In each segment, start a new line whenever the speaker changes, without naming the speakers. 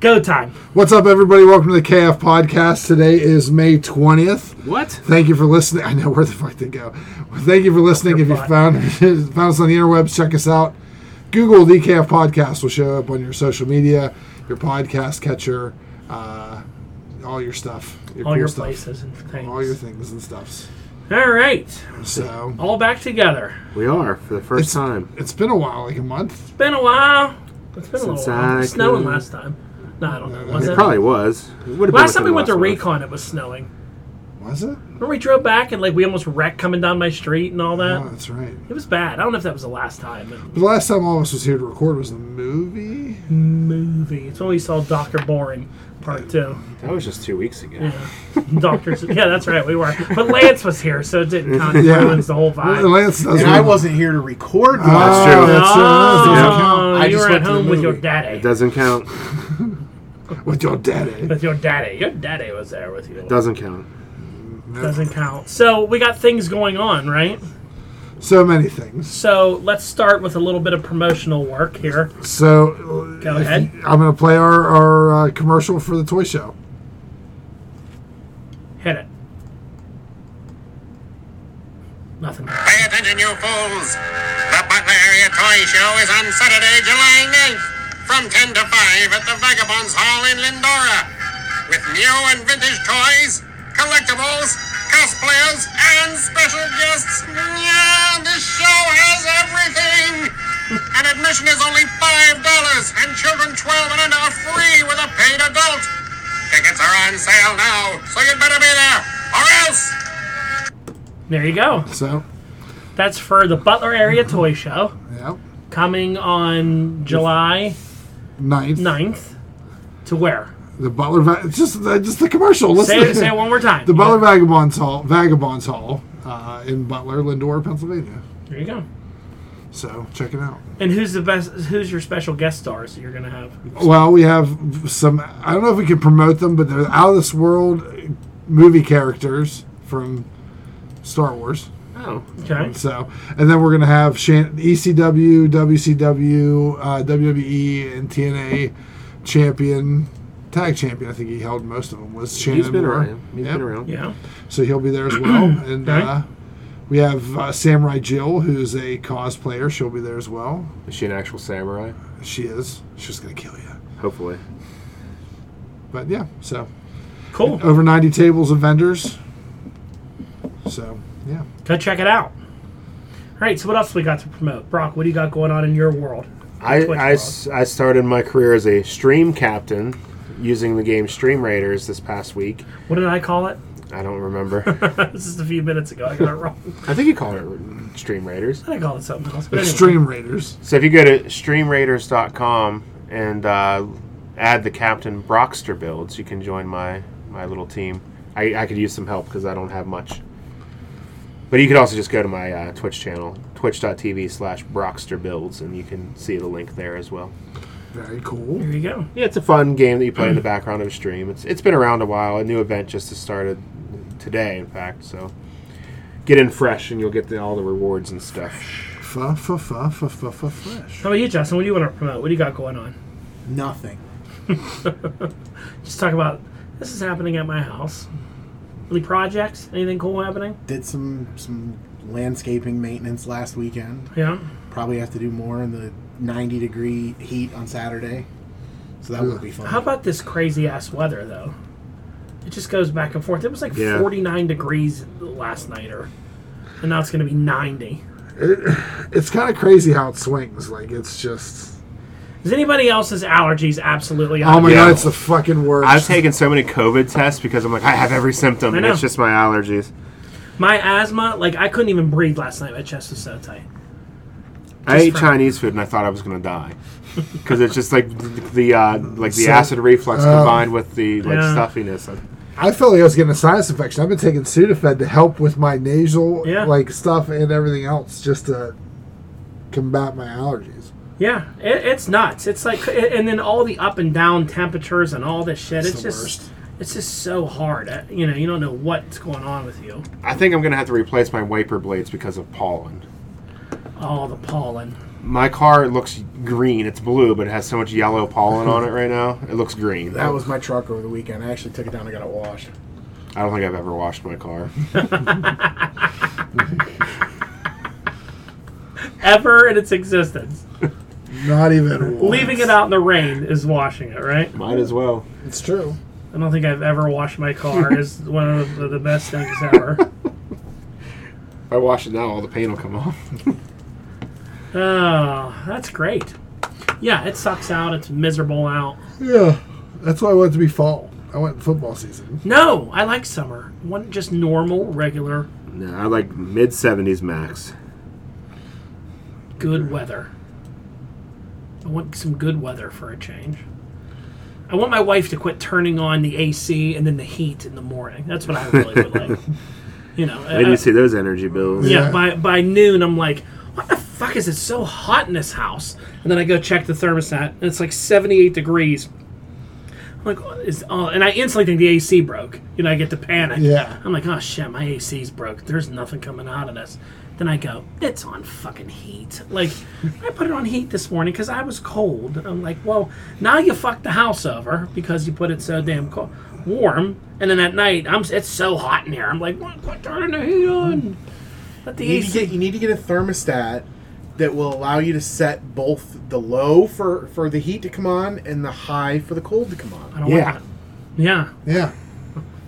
Go time.
What's up, everybody? Welcome to the KF Podcast. Today is May 20th.
What?
Thank you for listening. I know where the fuck to go. Thank you for listening. If you
butt.
found, found us on the interwebs, check us out. Google DKF Podcast will show up on your social media, your podcast catcher, uh, all your stuff.
All
cool
your
stuff.
places and things.
All your things and stuffs.
All right.
So
All back together.
We are for the
It's-
first time.
it's been a while, like a month.
It's been a while. It's been a little
Since
while. It was
I
snowing
could-
last time. No, I don't know. Was
It
it?
It probably was. It would have been
Last time we
within
went
the
to
last month.
Raycon, it was snowing.
Was it?
Remember we drove back and like we almost wrecked coming down my street and all that.
Oh, that's right.
It was bad. I don't know if that was the last time. but-
The last time all of us was here to record was the movie.
Movie. It's when we saw Doctor Boring Part Two.
That was just two weeks ago.
Yeah. Doctors. Yeah, that's right. We were. But Lance was here, so it didn't count. It
Yeah.
ruins the whole vibe.
Lance does
And I wasn't here to record
Oh,
last
true.
that's, uh, that's
Oh,
okay.
I
you were
just
at
went to the
home with your
movie.
daddy.
It doesn't count.
with your daddy.
With your daddy. Your daddy was there with you.
Doesn't count.
Doesn't count. So we got things going on, right?
So many things.
So let's start with a little bit of promotional work here.
So
Go
if-
ahead.
I'm going to play our, our uh, commercial for the toy show.
Hit it. Nothing.
Pay attention, you fools! The Butler Area Toy Show is on Saturday, July 9th, from 10 to 5 at the Vagabonds Hall in Lindora, with new and vintage toys, collectibles, cosplayers, and special guests. Yeah, this show has everything! And admission is only $5, and children 12 and under are free with a paid adult. Tickets are on sale now, so you'd better be there, or else!
There you go.
So,
That's for the Butler Area Toy Show
yeah.
coming on July
Ninth.
9th. To where?
The Butler. Va- it's just, uh, just the commercial. Listen
Say
to
it, say it one more time.
The Butler Vagabonds Hall, Vagabonds Hall uh, in Butler, Lindor, Pennsylvania.
There you go.
So, check it out.
And who's the best? Who's your special guest stars that you're gonna have?
Well, we have some. I don't know if we can promote them, but they're out of this world movie characters from Star Wars.
Oh,
Okay.
So, and then we're gonna have Shan- E ECW, WCW, uh, WWE, and TNA champion, tag champion. I think he held most of them. Was Shannon
he's been
Moore.
around. He's
Yep.
been around.
Yeah.
So he'll be there as well. and
Okay.
uh, we have uh, Samurai Jill, who's a cosplayer. She'll be there as well.
Is she an actual samurai?
She is. She's gonna kill you.
Hopefully.
But yeah, so
Cool.
over 90 tables of vendors. So, yeah.
Go check it out. All right. So what else we got to promote? Brock, what do you got going on in your world?
I,
Twitch
I s- I started my career as a stream captain using the game Stream Raiders this past week.
What did I call it?
I don't remember.
this is a few minutes ago. I got it wrong.
I think you called it Stream Raiders.
I called it something else. But anyway.
Extreme Raiders.
So if you go to streamraiders.com and uh, add the Captain Brockster builds, you can join my my little team. I, I could use some help because I don't have much. But you could also just go to my uh, Twitch channel, twitch.tv slash Brockster builds, and you can see the link there as well.
Very cool.
There you go.
Yeah, it's a fun game that you play in the background of a stream. It's, it's been around a while. A new event just started today, in fact. So get in fresh and you'll get the, all the rewards and stuff.
Fa fa fa fa fa fa fresh.
How about you, Justin? What do you want to promote? What do you got going on?
Nothing.
Just talk about this is happening at my house. Any projects? Anything cool happening?
Did some some landscaping maintenance last weekend.
Yeah.
Probably have to do more in the 90 degree heat on Saturday. So that would be fun.
How about this crazy ass weather though? It just goes back and forth. It was like
Yeah.
49 degrees last night, or and now it's going to be 90.
It's kind of crazy how it swings. Like, it's just.
Is anybody else's allergies absolutely? out
Oh
of
my
Yeah.
god, it's the fucking worst.
I've taken so many COVID tests because I'm like, I have every symptom,
I
and
know.
it's just my allergies.
My asthma, like I couldn't even breathe last night. My chest was so tight.
I ate
for-
Chinese food and I thought I was gonna die because it's just like th- the uh, like the
So-
acid reflux
uh,
combined with the like
Yeah.
stuffiness.
I felt like I was getting a sinus infection. I've been taking Sudafed to help with my nasal
Yeah.
like stuff and everything else just to combat my allergies.
Yeah, it, it's nuts. It's like, and then all the up and down temperatures and all this shit. It's,
the
just,
worst.
it's just so hard. Uh, You know, you don't know what's going on with you.
I think I'm gonna have to replace my wiper blades because of pollen.
All the pollen.
My car looks green. It's blue, but it has so much yellow pollen on it right now. It looks green.
That was my truck over the weekend. I actually took it down and got it washed.
I don't think I've ever washed my car.
Ever in its existence.
Not even once.
Leaving it out in the rain is washing it, right?
Might as well.
It's true.
I don't think I've ever washed my car. is one of the, the best things ever.
If I wash it now, all the paint will come off.
Oh, that's great. Yeah, it sucks out. It's miserable out.
Yeah, that's why I want it to be fall. I want football season.
No, I like summer. I want just normal, regular,
No, I like mid 70s max.
good weather. I want some good weather for a change. I want my wife to quit turning on the AC and then the heat in the morning. That's what I really would like. You know,
Where do
uh,
you see those energy bills?
yeah.
Yeah.
By by noon, I'm like, what the fuck is it so hot in this house? And then I go check the thermostat, and it's like 78 degrees. I'm like, "Oh, is oh, and I instantly think the AC broke. You know, I get to panic.
Yeah.
I'm like, oh shit, my AC's broke. There's nothing coming out of this. Then I go, it's on fucking heat. Like, I put it on heat this morning because I was cold. I'm like, well, now you fucked the house over because you put it so damn cold, warm. And then at night, I'm it's so hot in here. I'm like, what? Quit turning the heat on. Let the
You need, to
AC.
get, you need to get a thermostat that will allow you to set both the low for, for the heat to come on and the high for the cold to come
I
on.
don't
Yeah.
want that. Yeah.
Yeah.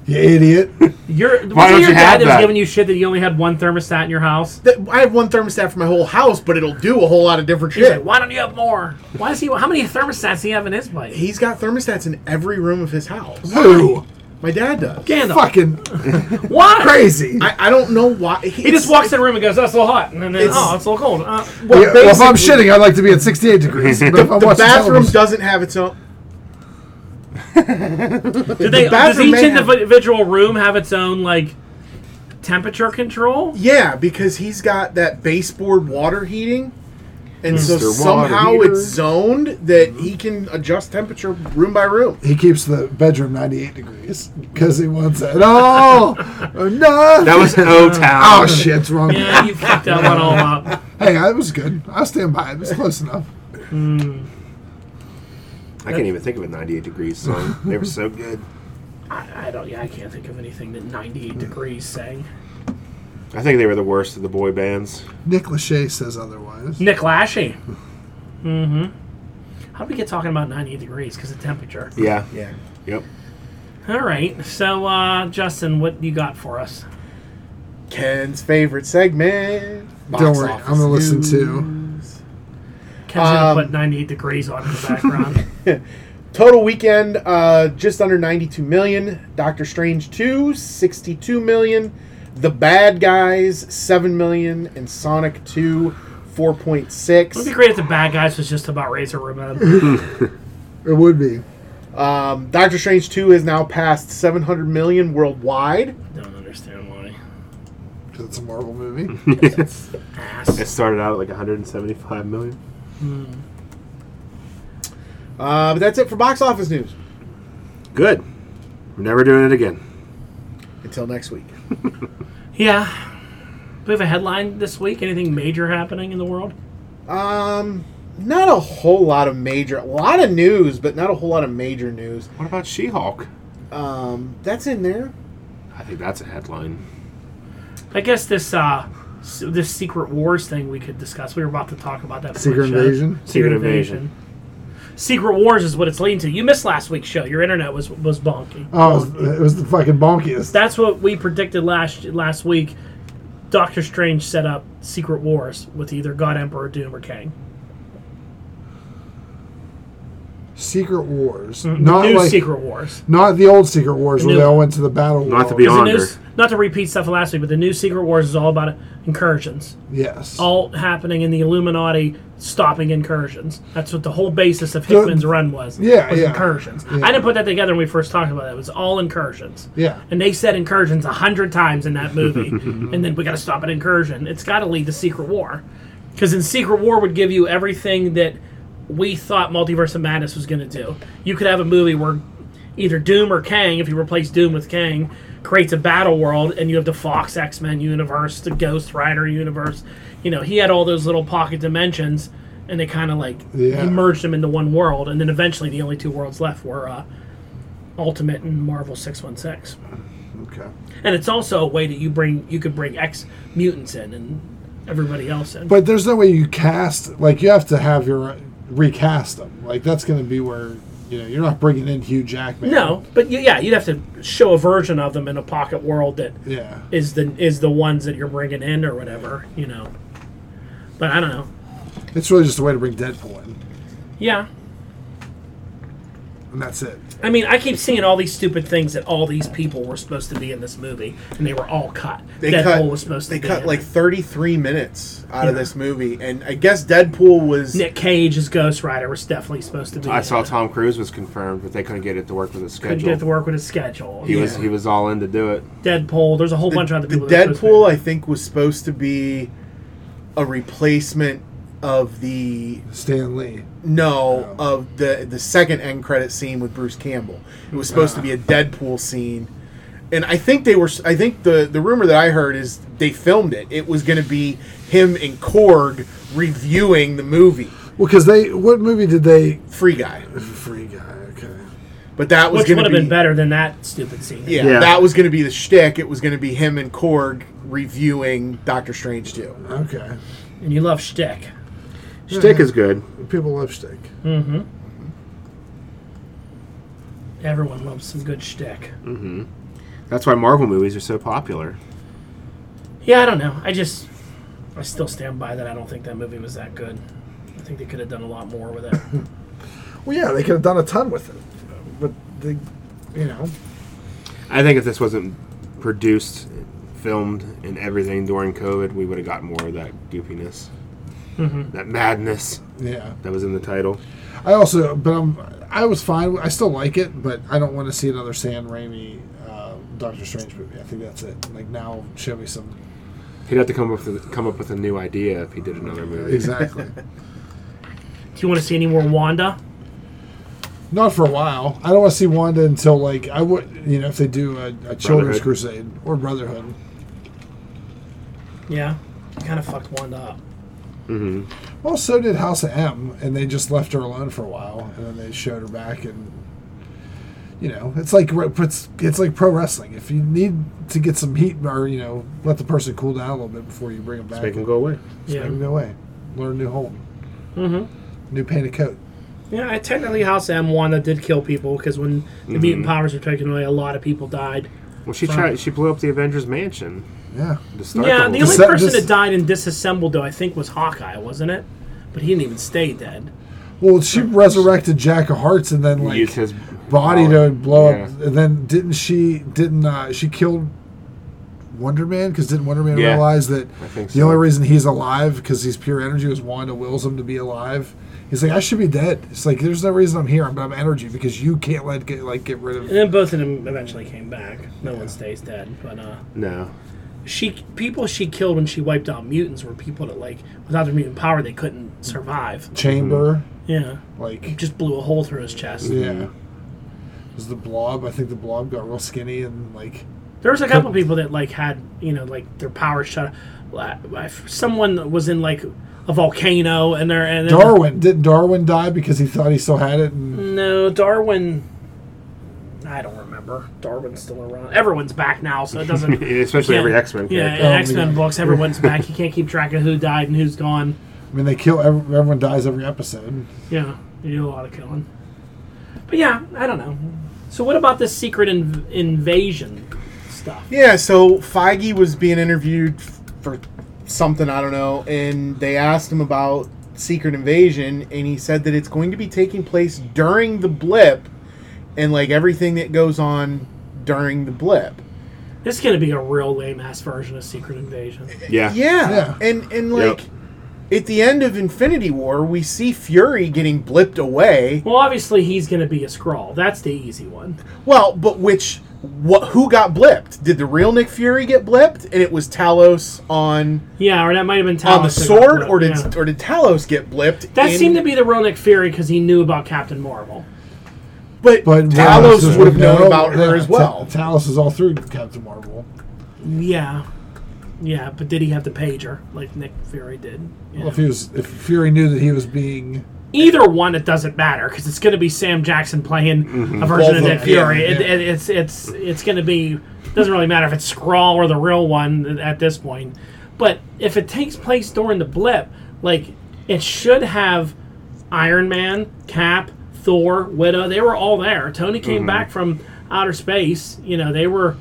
You idiot.
Your, was
don't
it your
you
dad
have
that was
that?
giving you shit that you only had one thermostat in your house?
That- I have one thermostat for my whole house, but it'll do a whole lot of different
He's
shit.
like, why don't you have more? Why is he? How many thermostats does he have in his bike?
He's got thermostats in every room of his house.
Who?
My dad does.
Gandalf.
Fucking
Why?
crazy.
I, I don't know why.
He just walks in the room and goes, "That's a little hot," and then,
It's-
"Oh, it's a little cold." Uh,
Yeah,
Well,
well, if I'm
basically-
shitting, I'd like to be at 68 degrees. But if I'm
The
watching
bathroom
television-
doesn't have its own.
do they, does
bathroom
each
may have-
individual room have its own like temperature control?
Yeah, because he's got that baseboard water heating, and so
Mr. Water
somehow
Heater.
it's zoned that he can adjust temperature room by room.
He keeps the bedroom 98 degrees because he wants it. Oh, no.
That was O Town.
oh, shit. It's wrong.
Yeah, you fucked that one all up.
Hey, that was good. I'll stand by it. It was close enough.
I can't even think of a 98 degrees song. They were so good.
I, I don't. Yeah, I can't think of anything that 98 degrees sang.
I think they were the worst of the boy bands.
Nick Lachey says otherwise.
Nick Lachey. Mm-hmm. How do we get talking about 98 degrees because of temperature?
Yeah.
Yeah.
Yep.
All right. So, uh, Justin, what you got for us?
Ken's favorite segment. box
Don't worry,
office
I'm gonna listen to-
news.
Ken's gonna
Um,
put 98 degrees on in the background.
Total weekend, uh, just under 92 million. Doctor Strange 2, 62 million. The Bad Guys, 7 million. And Sonic 2, 4.6.
It'd be great if the bad guys was just about Razor Ramon.
It would be.
Um, Doctor Strange 2 has now passed 700 million worldwide.
don't understand why.
'cause It's a Marvel movie.
Ass.
It started out at like 175 million.
Uh, but that's it for box office news.
Good. We're never doing it again.
Until next week.
Yeah. We have a headline this week. Anything major happening in the world?
Um, not a whole lot of major, a lot of news, but not a whole lot of major news.
What about She Hulk?
Um, that's in there.
I think that's a headline.
I guess this uh s- this Secret Wars thing we could discuss. We were about to talk about that. before
Secret
the show.
Invasion.
Secret Invasion. Secret Wars is what it's leading to. You missed last week's show. Your internet was was bonky.
Oh, it was, it was the fucking bonkiest.
That's what we predicted last last week. Doctor Strange set up Secret Wars with either God Emperor Doom or Kang.
Secret Wars.
Mm, The
Not
New
like,
Secret Wars.
not the old Secret Wars
The
where
new
they all
one.
went to the battle.
Not
world.
to be
The
honor.
new, not to repeat stuff from last week, but the new Secret Wars is all about incursions.
Yes.
all happening in the Illuminati stopping incursions. That's what the whole basis of Hickman's run was.
Yeah,
was
yeah.
incursions. I didn't put that together when we first talked about it. It was all incursions.
Yeah.
And they said incursions a hundred times in that movie, and then we got to stop an incursion. It's got to lead to Secret War, because in Secret War would give you everything that we thought Multiverse of Madness was going to do. You could have a movie where either Doom or Kang, if you replace Doom with Kang, creates a battle world, and you have the Fox X Men universe, the Ghost Rider universe. You know, he had all those little pocket dimensions and they kind of like
Yeah.
he merged them into one world, and then eventually the only two worlds left were uh, Ultimate and Marvel Six One Six.
Okay.
And it's also a way that you bring you could bring ex mutants in and everybody else in.
But there's no way you cast like you have to have your recast them. Like that's going to be where you know you're not bringing in Hugh Jackman.
no, but you, yeah, you'd have to show a version of them in a pocket world that is
Yeah.
the is the ones that you're bringing in or whatever, you know. But I don't know.
It's really just a way to bring Deadpool in,
Yeah,
and that's it.
I mean, I keep seeing all these stupid things that all these people were supposed to be in this movie, and they were all cut.
They
Deadpool
cut.
was supposed to
they
be
cut
in
like
it.
33 minutes out of
Yeah.
this movie, and I guess Deadpool was.
Nick Cage as Ghost Rider was definitely supposed to be.
I
in
saw
it.
Tom Cruise was confirmed, but they couldn't get it to work with his
Couldn't
schedule.
get to work with his schedule.
He was
Yeah.
he was all in to do it.
Deadpool. There's a whole bunch of other
the
people. that were supposed to be in
Deadpool,
it.
I think, was supposed to be a replacement of the
Stan Lee.
no of the the second end credit scene with Bruce Campbell. It was supposed to be a Deadpool scene, and I think they were. I think the the rumor that I heard is they filmed it. It was going to be him and Korg reviewing the movie
Well, because they what movie did they?
Free Guy,
Free guy. Okay.
but that was
which
going
would
to
have
be
been better than that stupid scene.
Yeah,
Yeah.
that was going to be the shtick. It was going to be him and Korg reviewing Doctor Strange 2.
Okay.
and you love shtick.
Stick is good.
People love steak.
Everyone loves some good shtick.
That's why Marvel movies are so popular.
Yeah, I don't know. I just, I still stand by that. I don't think that movie was that good. I think they could have done a lot more with it.
Well, yeah, they could have done a ton with it, but they, you know,
I think if this wasn't produced, filmed, and everything during COVID, we would have got more of that goofiness,
Mm-hmm.
that madness
yeah.
that was in the title.
I also, but I'm, I was fine. with- I still like it, but I don't want to see another Sam Raimi uh, Doctor Strange movie. I think that's it. Like now, show me some
He'd have to come up with come up with a new idea if he did another movie.
exactly.
Do you want to see any more Wanda?
Not for a while. I don't want to see Wanda until like I would, you know, if they do a, a Children's
Brotherhood.
Crusade or Brotherhood.
Yeah, kind of fucked Wanda up.
Well, so did House of M, and they just left her alone for a while, and then they showed her back, and you know, it's like re- it's, it's like pro wrestling. If you need to get some heat, or you know, let the person cool down a little bit before you bring them back,
Make him go away.
Just
Yeah.
make 'em go away. Learn a new hold, mm-hmm. new painted coat.
Yeah, I technically House M Wanda did kill people because when the mutant powers were taken away, a lot of people died.
Well, she tried. She blew up the Avengers mansion.
Yeah,
To start
yeah,
the
the
whole-
only
Dis-
person
dis-
that died and disassembled though I think was Hawkeye, wasn't it? But he didn't even stay dead.
well, she resurrected Jack of Hearts, and then like
Used his
body to blow up,
Yeah.
and then didn't she? Didn't uh, she killed Wonder Man? Because didn't Wonder Man
Yeah.
realize that
I think
the
so.
only reason he's alive because he's pure energy was Wanda wills him to be alive. He's like, I should be dead. It's like there's no reason I'm here, but I'm energy because you can't let get like get rid
And
of.
then both of them eventually came back. No one stays dead. But uh,
No,
she people she killed when she wiped out mutants were people that like without their mutant power they couldn't survive.
Chamber,
Yeah,
Mm-hmm.
like
just blew a hole through his chest.
yeah, It was the blob. I think the blob got real skinny and like
There was a couple people that like had you know like their power shut. I- I- Someone that was in like a volcano and they're and then-
Darwin. Didn't Darwin die because he thought he still had it? And
No, Darwin. I don't remember. Darwin's still around. Everyone's back now, so it doesn't.
especially
Yeah.
every X Men
Yeah,
character.
in
Oh,
X Men
yeah.
books, everyone's back. You can't keep track of who died and who's gone.
I mean, they kill every, everyone dies every episode.
Yeah, you do a lot of killing. But yeah, I don't know. So what about this secret inv- invasion stuff?
Yeah, so Feige was being interviewed f- for something, I don't know, and they asked him about Secret Invasion, and he said that it's going to be taking place during the blip and like everything that goes on during the blip.
This is gonna be a real lame ass version of Secret Invasion.
Yeah.
Yeah.
Yeah.
And and
Yep.
like at the end of Infinity War, we see Fury getting blipped away.
Well, obviously he's gonna be a scroll. That's the easy one.
Well, but which what who got blipped? Did the real Nick Fury get blipped and it was Talos on
Yeah, or that might have been Talos
on the
that got
sword
put-
or did
yeah.
or did Talos get blipped?
that
in-
seemed to be the real Nick Fury because he knew about Captain Marvel.
but,
But
Talos
Ross is-
would have known
no,
about her
yeah,
as well.
Ta- Talos is all through Captain Marvel.
Yeah, Yeah, but did he have the pager like Nick Fury did? You
Well, if
know?
he was, if Fury knew that he was being,
Either one, it doesn't matter because it's going to be Sam Jackson playing a version
Mm-hmm. Both
of
of
Nick
them,
Fury.
yeah,
It,
yeah.
it, it's it's it's going to be doesn't really matter if it's Skrull or the real one at this point. But if it takes place during the blip, like it should have Iron Man, Cap, Thor, Widow. They were all there. Tony came
Mm-hmm.
back from outer space. You know they were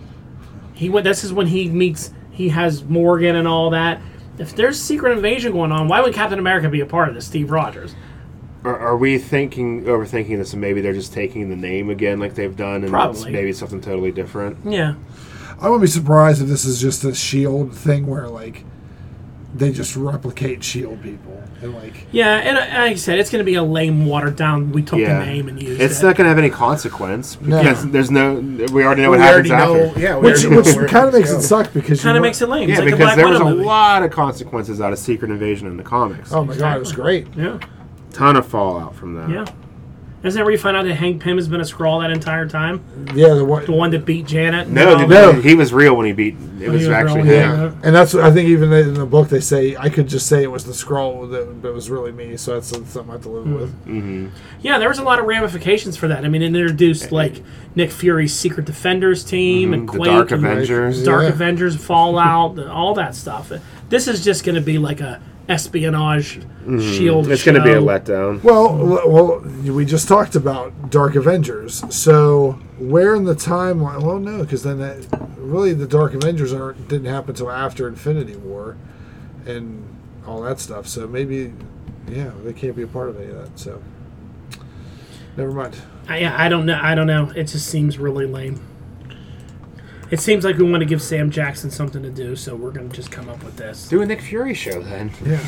he went this is when he meets he has morgan and all that if there's secret invasion going on why would captain america be a part of this steve rogers
Are, are we thinking overthinking this, and maybe they're just taking the name again, like they've done, and
Probably.
it's maybe something totally different?
yeah
I wouldn't be surprised if this is just a Shield E thing where like they just replicate Shield E people and like
yeah and uh, like i said it's going to be a lame watered down we took
Yeah,
the name and used
it's
it
not going to have any consequence
No.
because there's no. We already know
we
what
already
happens
know.
after.
Yeah, we
which
already know
which
where
kind of
it's
makes it
going.
suck because you
kind of
wa-
makes it lame
Yeah,
it's like a
because
black
there was a
Widow movie.
lot of consequences out of Secret Invasion in the comics.
Oh my god, it was great.
yeah
Ton of fallout from that.
yeah isn't that where you find out that Hank Pym has been a scroll that entire time?
Yeah, the one.
The one that beat Janet? and
No,
all
the-
that?
No.
he was real when he beat. It was,
was
actually
real,
him.
Yeah. and that's what I think. Even in the book, they say I could just say it was the scroll that but it was really me. So that's something I have to live with.
Yeah, there was a lot of ramifications for that. I mean, it introduced like Nick Fury's Secret Defenders team and
Mm-hmm. The
Quake
Dark
and, like,
Avengers.
Dark
Yeah.
Avengers, Fallout, and all that stuff. This is just going to be like a espionage shield.
Mm-hmm. It's going to be a
show.
letdown.
Well, l- well, we just talked about Dark Avengers. So where in the timeline? Well, no, because then that really the Dark Avengers aren't didn't happen until after Infinity War, and all that stuff. So maybe, yeah, they can't be a part of any of that. So never mind.
I, yeah, I don't know. I don't know. It just seems really lame. It seems like we want to give Sam Jackson something to do, so we're going to just come up with this.
Do a Nick Fury show then.
Yeah,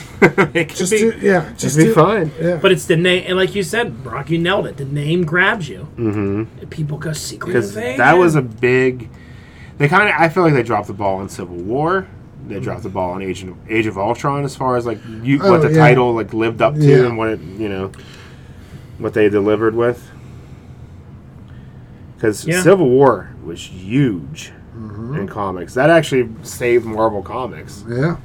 it could
just
be,
do, yeah, just
it'd be
do-
fun.
Yeah,
But it's the name, and like you said, Brock, you nailed it. The name grabs you. Mm-hmm. People go secret
because
invasion.
that was a big. They kind of. I feel like they dropped the ball in Civil War. They dropped the ball in Age of, Age of Ultron as far as like you,
Oh,
what the
yeah.
title like lived up to
Yeah.
and what it you know what they delivered with. Because
Yeah.
Civil War was huge
Mm-hmm.
in comics. That actually saved Marvel comics.
yeah.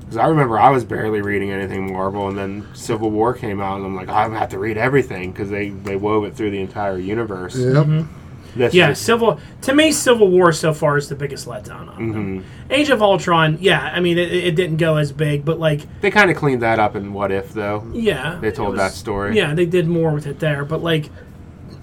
Because I remember I was barely reading anything Marvel, and then Civil War came out, and I'm like, "Oh, I'm gonna have to read everything because they they wove it through the entire universe.
Yep.
This
Yeah,
is-
Civil to me, Civil War so far is the biggest letdown on them.
Mm-hmm.
Age of Ultron, yeah, I mean it, it didn't go as big, but like
They kind of cleaned that up in What If, though.
yeah,
They
it
told
was-
that story.
Yeah, they did more with it there, but like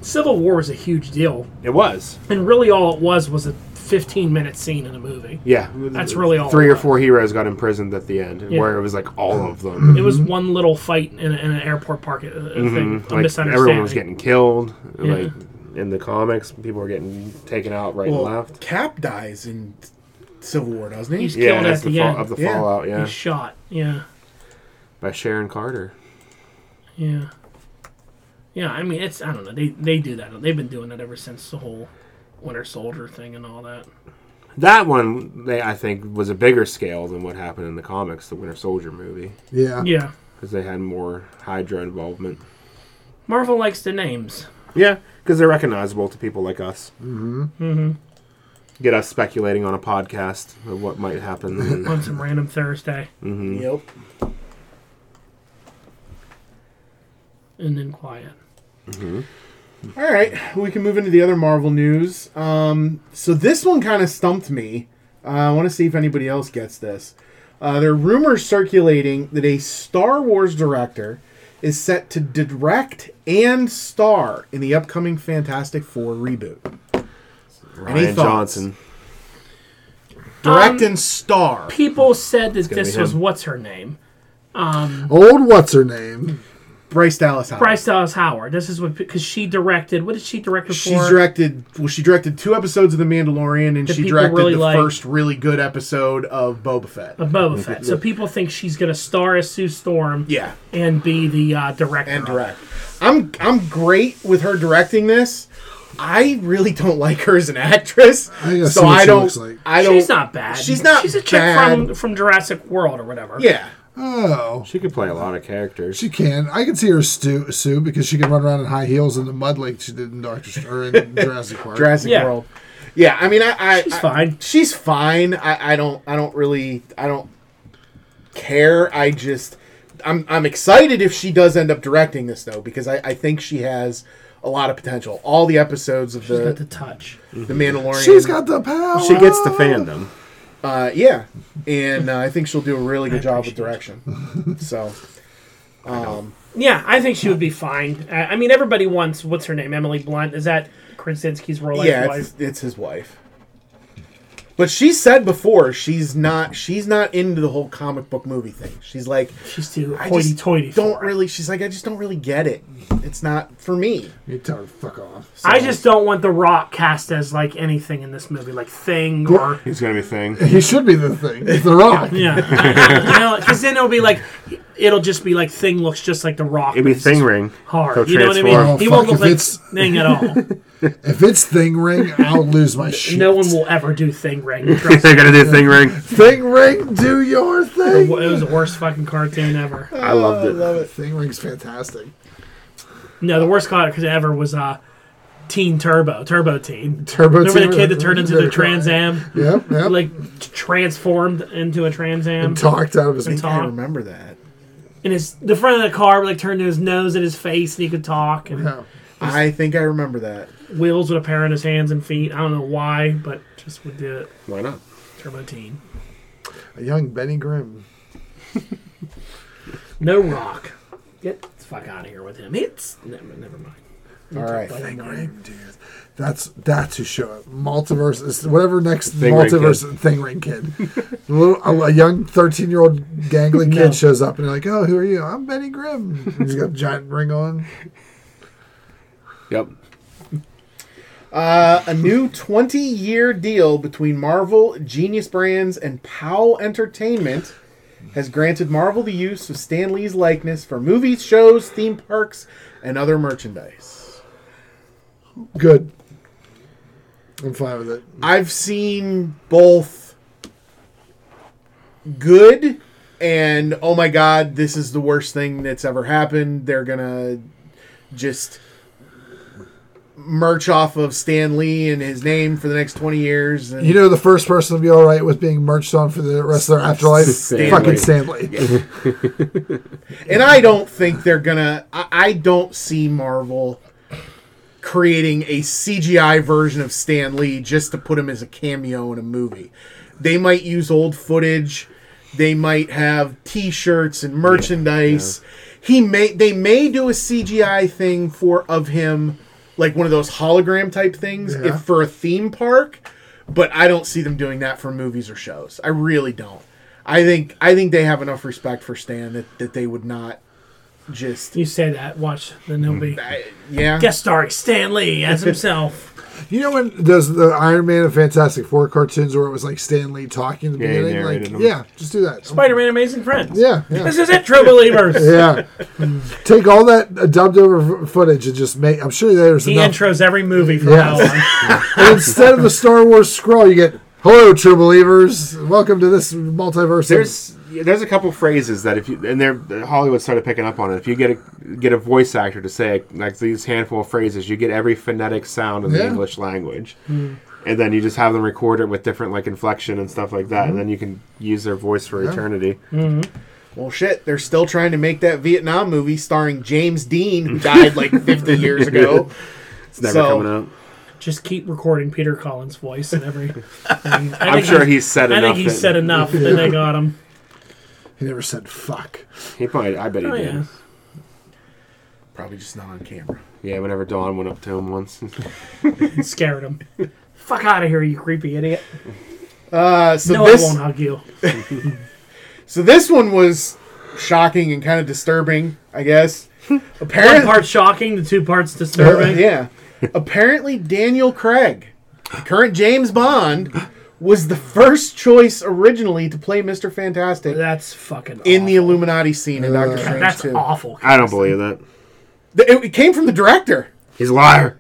Civil War was a huge deal,
It was.
and really all it was was a 15 minute scene in a movie.
Yeah.
That's really all
Three
it
or
was.
four heroes got imprisoned at the end,
Yeah.
where it was like all of them.
It was one little fight in, a- in an airport park uh, thing, a
Mm-hmm. Like
misunderstanding.
everyone was getting killed.
Yeah.
Like in the comics, people were getting taken out right and
Well,
left.
Cap dies in Civil War, doesn't he?
He's
Yeah,
killed
that's
at the,
the, fall,
end.
of the
Yeah.
fallout. Yeah,
He's shot. Yeah,
by Sharon Carter.
yeah, yeah. I mean, it's I don't know. They they do that. They've been doing that ever since the whole Winter Soldier thing and all that.
That one, they, I think, was a bigger scale than what happened in the comics, the Winter Soldier movie,
Yeah.
Yeah.
because they had more Hydra involvement.
Marvel likes the names.
Yeah, because they're recognizable to people like us. Mm-hmm. Mm-hmm. Get us speculating on a podcast of what might happen.
on some random Thursday,
Mm.
Yep.
and then quiet.
All right, we can move into the other Marvel news. Um, so this one kind of stumped me. Uh, I want to see if anybody else gets this. Uh, there are rumors circulating that a Star Wars director is set to direct and star in the upcoming Fantastic Four reboot.
Ryan
thoughts?
Johnson.
Um,
Direct and star.
People said that this
be
was
him.
what's her name,
Old what's her name?
Bryce Dallas Howard.
Bryce Dallas Howard. This is what because she directed. What did she direct before?
She's directed. Well, she directed two episodes of The Mandalorian, and she
people
directed
really
the
like-
first really good episode of Boba Fett.
of Boba Fett. So people think she's gonna star as Sue Storm.
Yeah.
and be the uh, director.
and
of it.
direct. I'm I'm great with her directing this. I really don't like her as an actress,
gotta see
so
what
I
she
don't.
looks like.
I don't.
She's not bad.
She's not.
She's a chick
bad.
from from Jurassic World or whatever.
Yeah,
Oh,
She could play a lot of characters.
she can. I can see her Stu, Sue because she can run around in high heels in the mud like she did in Doctor or in Jurassic Park.
Jurassic
Yeah.
World. Yeah, I mean, I, I
She's
I-
fine.
She's fine. I, I don't. I don't really. I don't care. I just. I'm. I'm excited if she does end up directing this though, because I, I think she has a lot of potential. All the episodes of
She's got the
the
touch.
the Mandalorian.
She's got the power.
She gets the fandom.
Uh, yeah, and uh, I think she'll do a really good job with direction. So. Um,
Yeah, I think she would be fine. Uh, I mean, everybody wants what's her name, Emily Blunt. Is that Krasinski's role?
yeah,
Yeah,
it's, it's his wife. But she said before she's not she's not into the whole comic book movie thing. She's like,
she's too
I just
hoity-toity. for
Don't
it.
really. She's like, I just don't really get it. It's not for me.
You tell her to fuck off.
I just don't want The Rock cast as like anything in this movie, like Thing or
He's gonna be thing.
He should be the thing. It's the Rock.
yeah, because then it'll be like it'll just be like Thing looks just like The Rock.
It'd be
but it's just
Thing Ring.
Hard,
He'll
you know what I mean?
transform.
Oh,
he won't
fuck,
look like
if it's-
Thing at all.
If it's Thing Ring, I'll lose my shit.
No one will ever do Thing Ring. Trust me.
They're gonna do Thing Ring.
Thing Ring, do your
It
thing.
was the worst fucking cartoon ever.
I loved it.
Thing Ring's fantastic.
No, the worst cartoon ever was uh, Teen Turbo, Turbo Teen.
Turbo.
Remember the
Team-
kid that turned into the Trans Am?
Yep, yep.
Like t- transformed into a Trans Am.
talked out of his.
And
I
talk.
remember that.
And his the front of the car would like turn to his nose and his face, and he could talk. And
Yeah.
I think I remember that.
wheels would appear on his hands and feet. I don't know why, but just would do it.
Why not?
Turbo Teen.
A young Benny Grimm.
No Rock. Get the fuck out of here with him. It's never, never mind.
All right.
Thing Ring, dude. That's that's who show up. Multiverse is whatever next
Thing Ring
multiverse Thing Ring kid. a, little, a, a young thirteen year old gangly kid
No.
shows up and they're like, "Oh, who are you? I'm Benny Grimm." He's got a giant ring on.
Yep.
Uh, a new 20 year deal between Marvel, Genius Brands, and Powell Entertainment has granted Marvel the use of Stan Lee's likeness for movies, shows, theme parks, and other merchandise.
Good. I'm fine with it.
I've seen both good and oh my god, this is the worst thing that's ever happened. They're gonna just merch off of Stan Lee and his name for the next twenty years. And
You know, the first person to be all right with being merched on for the rest of their afterlife,
Stanley.
fucking Stanley.
and I don't think they're gonna. I, I don't see Marvel creating a CGI version of Stan Lee just to put him as a cameo in a movie. They might use old footage. They might have T-shirts and merchandise. He may. They may do a CGI thing for of him, like one of those hologram type things,
Yeah.
if for a theme park. But I don't see them doing that for movies or shows. I really don't. I think I think they have enough respect for Stan that, that they would not just
You say that, watch, then he'll be
I, yeah.
guest starring Stan Lee as himself.
You know when those the Iron Man and Fantastic Four cartoons where it was like Stan Lee talking in the
Yeah, he
beginning? Like,
narrated them.
yeah, just do that.
Spider-Man: Amazing Friends.
Yeah, yeah.
This is it, true believers.
yeah. Take all that uh, dubbed over f- footage and just make. I'm sure there's
He
enough.
intros every movie from
Yeah.
now on.
And instead of the Star Wars scroll, you get "Hello, true believers. Welcome to this multiverse." of-"
There's yeah, there's a couple phrases that if you and there Hollywood started picking up on it. If you get a get a voice actor to say like these handful of phrases, you get every phonetic sound in the
Yeah.
English language, and then you just have them record it with different like inflection and stuff like that, and then you can use their voice for eternity.
Well, shit. They're still trying to make that Vietnam movie starring James Dean, who died like 50 years ago.
It's never
So-
coming out.
Just keep recording Peter Collins' voice in every. I
I'm
think
sure he's said
I
enough.
think he
that-
said enough. Then they got him.
he never said "fuck."
He probably. I bet he
Oh
did.
yeah.
Yeah.
Probably just not on camera.
Whenever Dawn went up to him once.
It scared him. Fuck out of here, you creepy idiot.
Uh, so
No, I
this
won't hug you.
so this one was shocking and kind of disturbing, I guess.
One
Apparently,
part shocking, the two parts disturbing.
yeah. Apparently, Daniel Craig, current James Bond, was the first choice originally to play Mister Fantastic
That's fucking.
in
awful.
the
Uh,
Illuminati scene in Doctor Strange
That's
2.
awful.
I don't believe that.
The- It it came from the director.
He's a liar.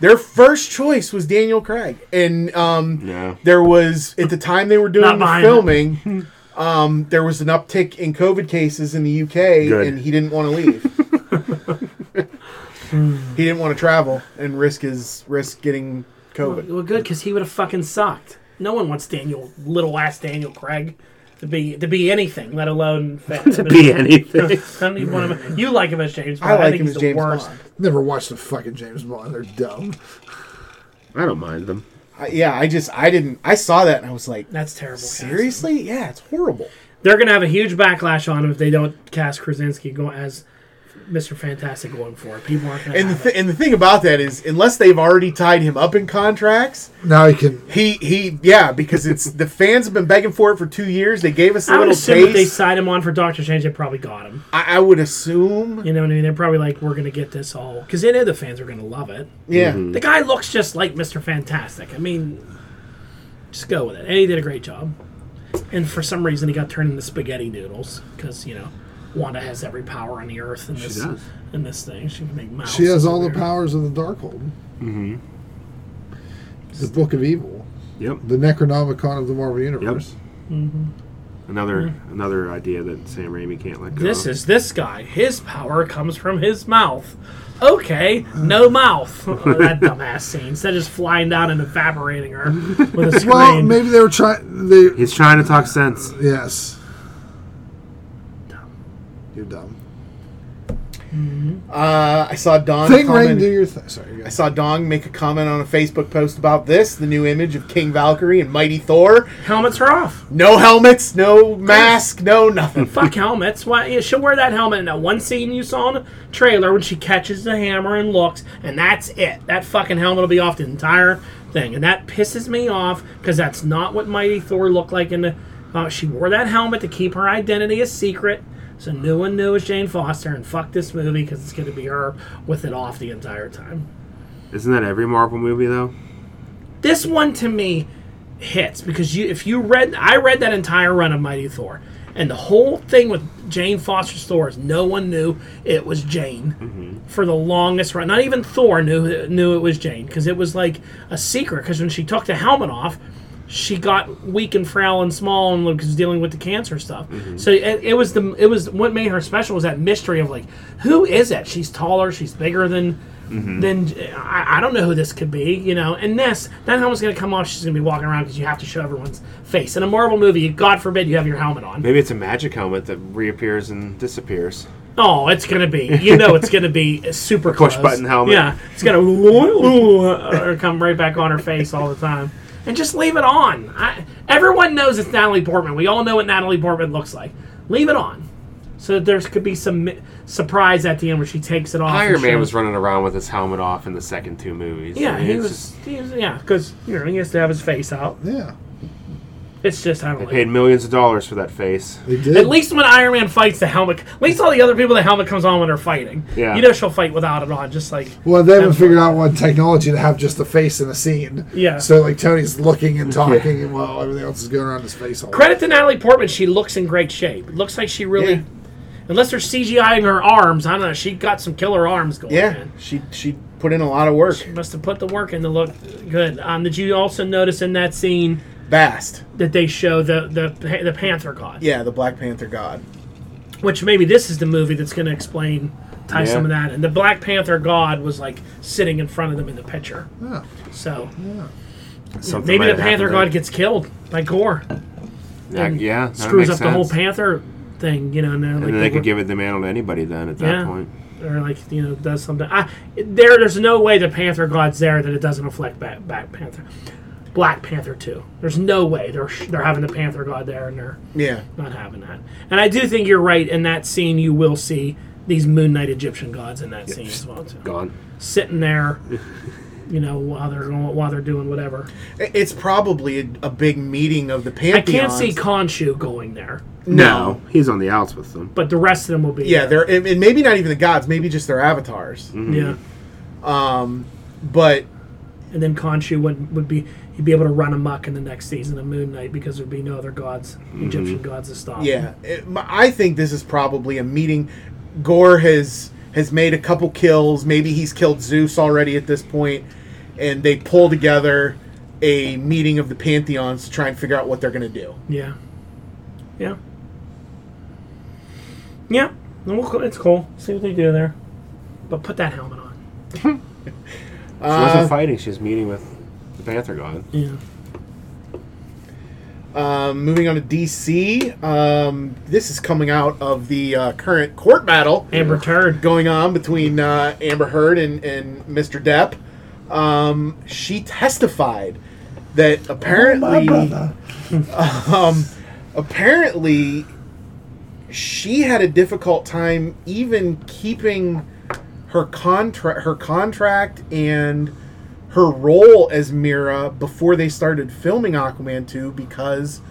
Their first choice was Daniel Craig, and um,
No.
there was at the time they were doing
Not Hmm.
the
mine.
filming. Um, there was an uptick in COVID cases in the UK,
Good.
and he didn't want to leave. he didn't want to travel and risk his risk getting COVID.
Well, good because he would have fucking sucked. No one wants Daniel, little ass Daniel Craig, to be to be anything, let alone
to be anything.
I don't even want him. You like him as James Bond.
I like
think
him
he's
as
the
James
worst.
Bond.
Never watched a fucking James Bond. They're dumb.
I don't mind them.
I, yeah, I just I didn't I saw that and I was like,
That's terrible. guys.
seriously? Yeah, it's horrible.
They're gonna have a huge backlash on him if they don't cast Krasinski go as Mr. Fantastic going for it. People aren't gonna.
And the
have
th- and the thing about that is, unless they've already tied him up in contracts,
Now he can.
he he yeah, because it's the fans have been begging for it for two years. They gave us
it.
a
I would
little
assume if they
taste.
signed him on for Doctor Strange, they probably got him.
I, I would assume,
You know what I mean? They're probably like, we're gonna get this all because they know the fans are gonna love it.
yeah.
The guy looks just like Mr. Fantastic. I mean, just go with it. And he did a great job. And for some reason, he got turned into spaghetti noodles because you know, Wanda has every power on the earth in this
does.
in this thing. She can make mouths.
She has all the
everywhere.
powers of the Darkhold. Mm-hmm. The Book of Evil,
Yep.
the Necronomicon of the Marvel Universe.
Another another idea that Sam Raimi can't let go.
This is this guy. His power comes from his mouth. Okay, no mouth. Oh, that dumbass scene. Instead of just flying down and evaporating her with a screen.
Well, maybe they were trying. They
He's trying to talk sense.
yes. You're dumb.
Uh, I saw Don.
Thing
comment-
ring, do your thing. Sorry, you
I
guys.
saw Dong make a comment on a Facebook post about this, the new image of King Valkyrie and Mighty Thor.
Helmets are off.
No helmets, no mask, no nothing.
Fuck helmets. Why yeah, she'll wear that helmet in that one scene you saw in the trailer when she catches the hammer and looks, and that's it. That fucking helmet will be off the entire thing, and that pisses me off because that's not what Mighty Thor looked like in the. Uh, she wore that helmet to keep her identity a secret, so no one knew it was Jane Foster. And fuck this movie because it's going to be her with it off the entire time.
Isn't that every Marvel movie though?
This one to me hits because you if you read I read that entire run of Mighty Thor and the whole thing with Jane Foster's Thor is no one knew it was Jane for the longest run. Not even Thor knew knew it was Jane because it was like a secret because when she took the helmet off she got weak and frail and small and was dealing with the cancer stuff. So it, it was the it was what made her special was that mystery of like who is it? She's taller, she's bigger than than I, I don't know who this could be, you know. And this that helmet's gonna come off. She's gonna be walking around because you have to show everyone's face in a Marvel movie. God forbid you have your helmet on.
Maybe it's a magic helmet that reappears and disappears.
Oh, it's gonna be. You know, it's gonna be a super
push
close.
button helmet.
Yeah, it's gonna or come right back on her face all the time, and just leave it on. I, everyone knows it's Natalie Portman. We all know what Natalie Portman looks like. Leave it on, so that there could be some mi- surprise at the end where she takes it off. and
Iron Man
shows-
was running around with his helmet off in the second two movies. I
Yeah,
mean,
he
it's
was,
just-
he was. Yeah, because you know he has to have his face out.
Yeah,
It's just I don't
they
like.
paid millions of dollars for that face.
they did.
At least when Iron Man fights, the helmet. At least all the other people, the helmet comes on when they're fighting.
Yeah.
You know she'll fight without it on, just like
Well, they haven't figured out what technology to have just a face in a scene.
Yeah.
So like Tony's looking and talking, and while everything else is going around his face. All
Credit to Natalie Portman, she looks in great shape. It looks like she really,
Yeah.
unless they're CGIing her arms, I don't know. She got some killer arms going.
Yeah,
man.
she she put in a lot of work.
must have put the work in to look good. Um, did you also notice in that scene
Bast,
that they show the the pa- the Panther God?
yeah, the Black Panther god.
Which maybe this is the movie that's going to explain tie
Yeah.
some of that. And the Black Panther God was like sitting in front of them in the picture.
Yeah.
So
Something
maybe
might
the
have happened
Panther
there.
God gets killed by Gore,
yeah, yeah, that
screws
makes
up the whole
sense.
Panther thing. You know, and, they're like
And then they
they were-
could give it the mantle to anybody then at that
Yeah.
point.
or like you know does something. I, there, there's no way the Panther God's there that it doesn't reflect Black, Black Panther, Black Panther two. There's no way they're they're having the Panther God there and they're
Yeah,
not having that. And I do think you're right in that scene. You will see these Moon Knight Egyptian gods in that scene as well too,
Gone.
sitting there, you know, while they're going- while they're doing whatever.
I- it's probably a, a big meeting of the
I
pantheon.
can't see Khonshu going there,
No, he's on the outs with them.
but the rest of them will be.
Yeah, they're and and maybe not even the gods, maybe just their avatars.
yeah.
But
And then Khonshu would, would be he'd be able to run amok in the next season of Moon Knight because there'd be no other gods, Egyptian gods to stop.
Yeah, it, my- I think this is probably a meeting. Gore has has made a couple kills. Maybe he's killed Zeus already at this point, and they pull together a meeting of the pantheons to try and figure out what they're going to do.
yeah, yeah, yeah. And we'll co- it's cool. See what they do there, but put that helmet on.
She wasn't fighting. She was meeting with The Panther God.
Yeah.
Um, moving on to DC, um, this is coming out of the uh, current court battle
Amber Turd.
going on between uh, Amber Heard and, and Mr. Depp. Um, she testified that
Oh, My
apparently,
brother.
um, apparently, she had a difficult time even keeping her contract, her contract, and her role as Mira before they started filming Aquaman two because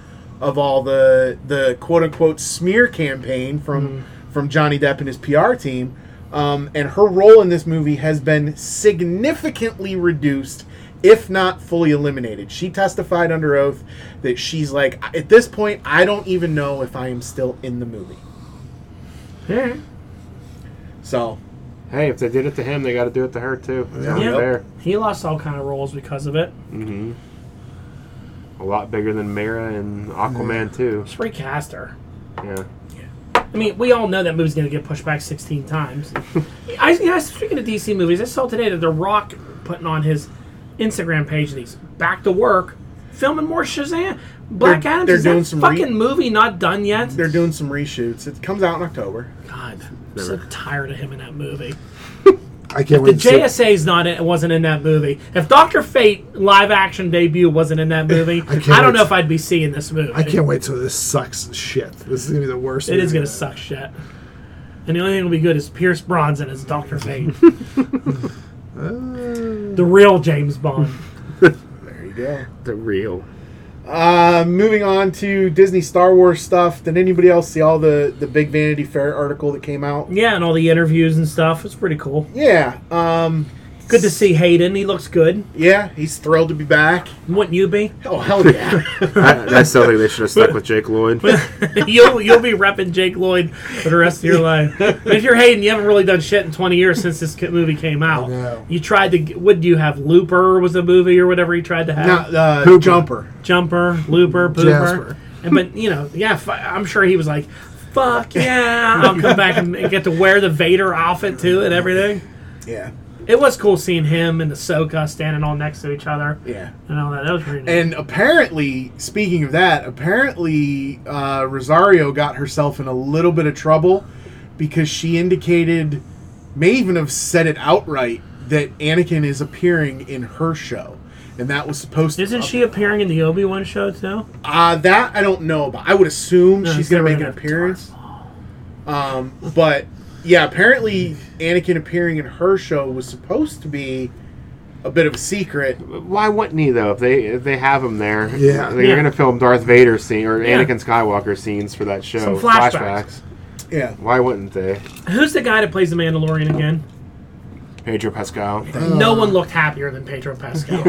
of all the the quote unquote smear campaign from from Johnny Depp and his PR team. Um, and her role in this movie has been significantly reduced, if not fully eliminated. She testified under oath that she's like, at this point, I don't even know if I am still in the movie.
Yeah.
So
Hey, if they did it to him, they got to do it to her too. It's only
Yeah.
fair.
He lost all kind of roles because of it.
A lot bigger than Mara and Aquaman too.
Just recast her.
Yeah.
I mean, we all know that movie's going to get pushed back 16 times. I, you know, speaking of DC movies, I saw today that The Rock putting on his Instagram page that he's back to work, filming more Shazam. Black
They're-
Adam's
they're
is
doing
that
some re-
fucking movie not done yet.
they're doing some reshoots. It comes out in October.
God, I'm so tired of him in that movie.
I can't
The
wait. to see-
JSA's not in, wasn't in that movie. If Doctor Fate live action debut wasn't in that movie, I,
can't
don't
wait
know
to-
if I'd be seeing this movie.
I can't wait till this sucks shit. This is gonna be the worst.
It is
movie
going to
ever.
suck shit. And the only thing that'll be good is Pierce Bronson as Doctor Fate, the real James Bond.
There you go.
The real.
Uh, moving on to Disney Star Wars stuff. Did anybody else see all the the big Vanity Fair article that came out?
Yeah, and all the interviews and stuff. It's pretty cool.
Yeah. Um,
Good to see Hayden. He looks good.
yeah, he's thrilled to be back.
Wouldn't you be?
Oh hell yeah!
I, I still think they should have stuck with Jake Lloyd.
you'll you'll be repping Jake Lloyd for the rest of your life. But if you're Hayden, you haven't really done shit in 20 years since this ki- movie came out.
know.
You tried to. g- What do you have? Looper was a movie or whatever you tried to have.
Not uh, jumper.
Jumper, Looper, Pooper.
Jasper.
And but you know, yeah, f- I'm sure he was like, "Fuck yeah, I'll come back and get to wear the Vader outfit too and everything."
Yeah.
It was cool seeing him and Ahsoka standing all next to each other
Yeah.
and all that. That was pretty. neat.
And apparently, speaking of that, apparently uh, Rosario got herself in a little bit of trouble because she indicated, may even have said it outright, that Anakin is appearing in her show. And that was supposed
Isn't
to.
she appearing in the Obi Wan show too?
Uh, that I don't know about. I would assume
No,
she's
they
going
were
to make an
gonna-
appearance. Um, but yeah, apparently Anakin appearing in her show was supposed to be a bit of a secret.
Why wouldn't he though? If they if they have him there,
Yeah.
they're
Yeah.
gonna film Darth Vader scene or
Yeah.
Anakin Skywalker scenes for that show.
Some flashbacks.
Yeah.
Why wouldn't they?
Who's the guy that plays the Mandalorian again?
Pedro Pascal.
no
Oh.
one looked happier than Pedro Pascal.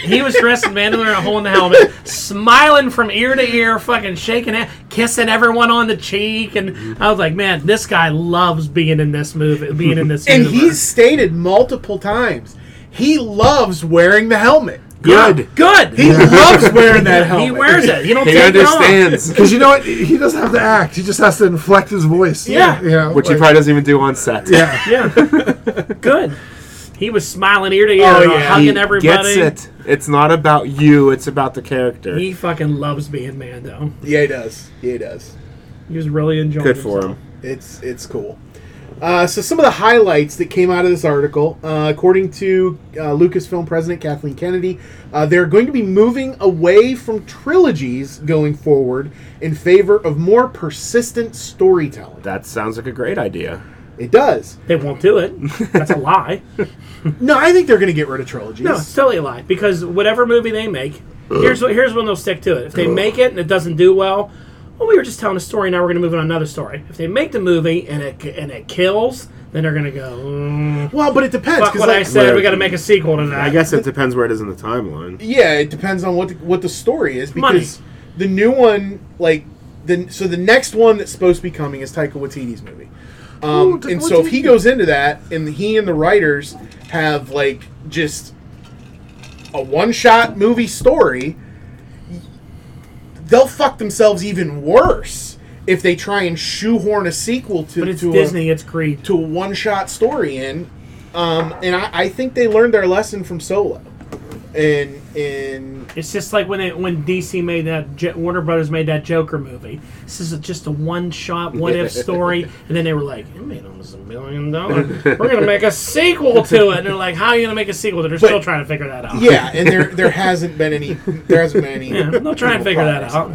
he was dressed in Mandalorian, holding the helmet, smiling from ear to ear, fucking shaking it, kissing everyone on the cheek, and I was like, man, this guy loves being in this movie, being in this.
And
universe.
he's stated multiple times he loves wearing the helmet.
Good.
good.
He loves wearing that helmet.
He wears it. You don't
He
take it off.
understands,
Because you know what? He doesn't have to act. He just has to inflect his voice.
Yeah.
You know,
which he
like-
probably doesn't even do on set.
Yeah.
Yeah, good. He was smiling ear to ear,
Oh, yeah.
hugging
He
everybody.
gets it. It's not about you. It's about the character.
He fucking loves being Mando.
Yeah, he does. Yeah, he does.
He was really enjoying.
Good for
himself.
him.
It's it's cool. Uh, so some of the highlights that came out of this article, uh, according to uh, Lucasfilm president Kathleen Kennedy, uh, they're going to be moving away from trilogies going forward in favor of more persistent storytelling.
That sounds like a great idea.
It does.
They won't do it. That's a lie.
No, I think they're going to get rid of trilogies.
No, it's totally a lie. Because whatever movie they make, here's what here's when they'll stick to it. If they make it and it doesn't do well, well, we were just telling a story. Now we're going to move on to another story. If they make the movie and it and it kills, then they're going to go. Mm,
Well, but it depends
fuck
because
what I
like,
said. We got to make a sequel to that.
I guess it depends where it is in the timeline.
yeah, it depends on what the, what the story is
Money.
because the new one, like the so the next one that's supposed to be coming is Taika Waititi's movie. Um,
Ooh, Taika
and so if he
Waititi.
goes into that, and he and the writers have like just a one-shot movie story, they'll fuck themselves even worse if they try and shoehorn a sequel to
But it's
to uh, a-
Disney. It's Creed.
to a one shot story in. Um, and I, I think they learned their lesson from Solo. in in
It's just like when they, when DC made that J- Warner Brothers made that Joker movie. This is just a one shot, one if story, and then they were like, "It made almost a billion dollars. We're gonna make a sequel to it." And they're like, "How are you gonna make a sequel?" to it?" They're still trying to figure that out.
yeah, and there there hasn't been any there hasn't been any.
yeah they'll try and figure that out.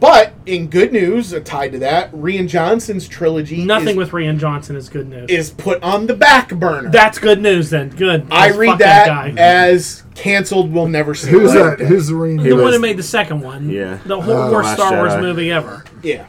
But in good news, uh, tied to that, Rian Johnson's trilogy
Nothing
is,
with Rian Johnson is good news.
is put on the back burner.
That's good news then. Good.
I
Fuck
read that,
guy.
as canceled. We'll never see.
Who's
it.
that? Who's the ring?
the one
was-
who made the second one.
Yeah.
The whole
Oh, Last
worst Star Wars
Jedi.
movie ever.
Yeah.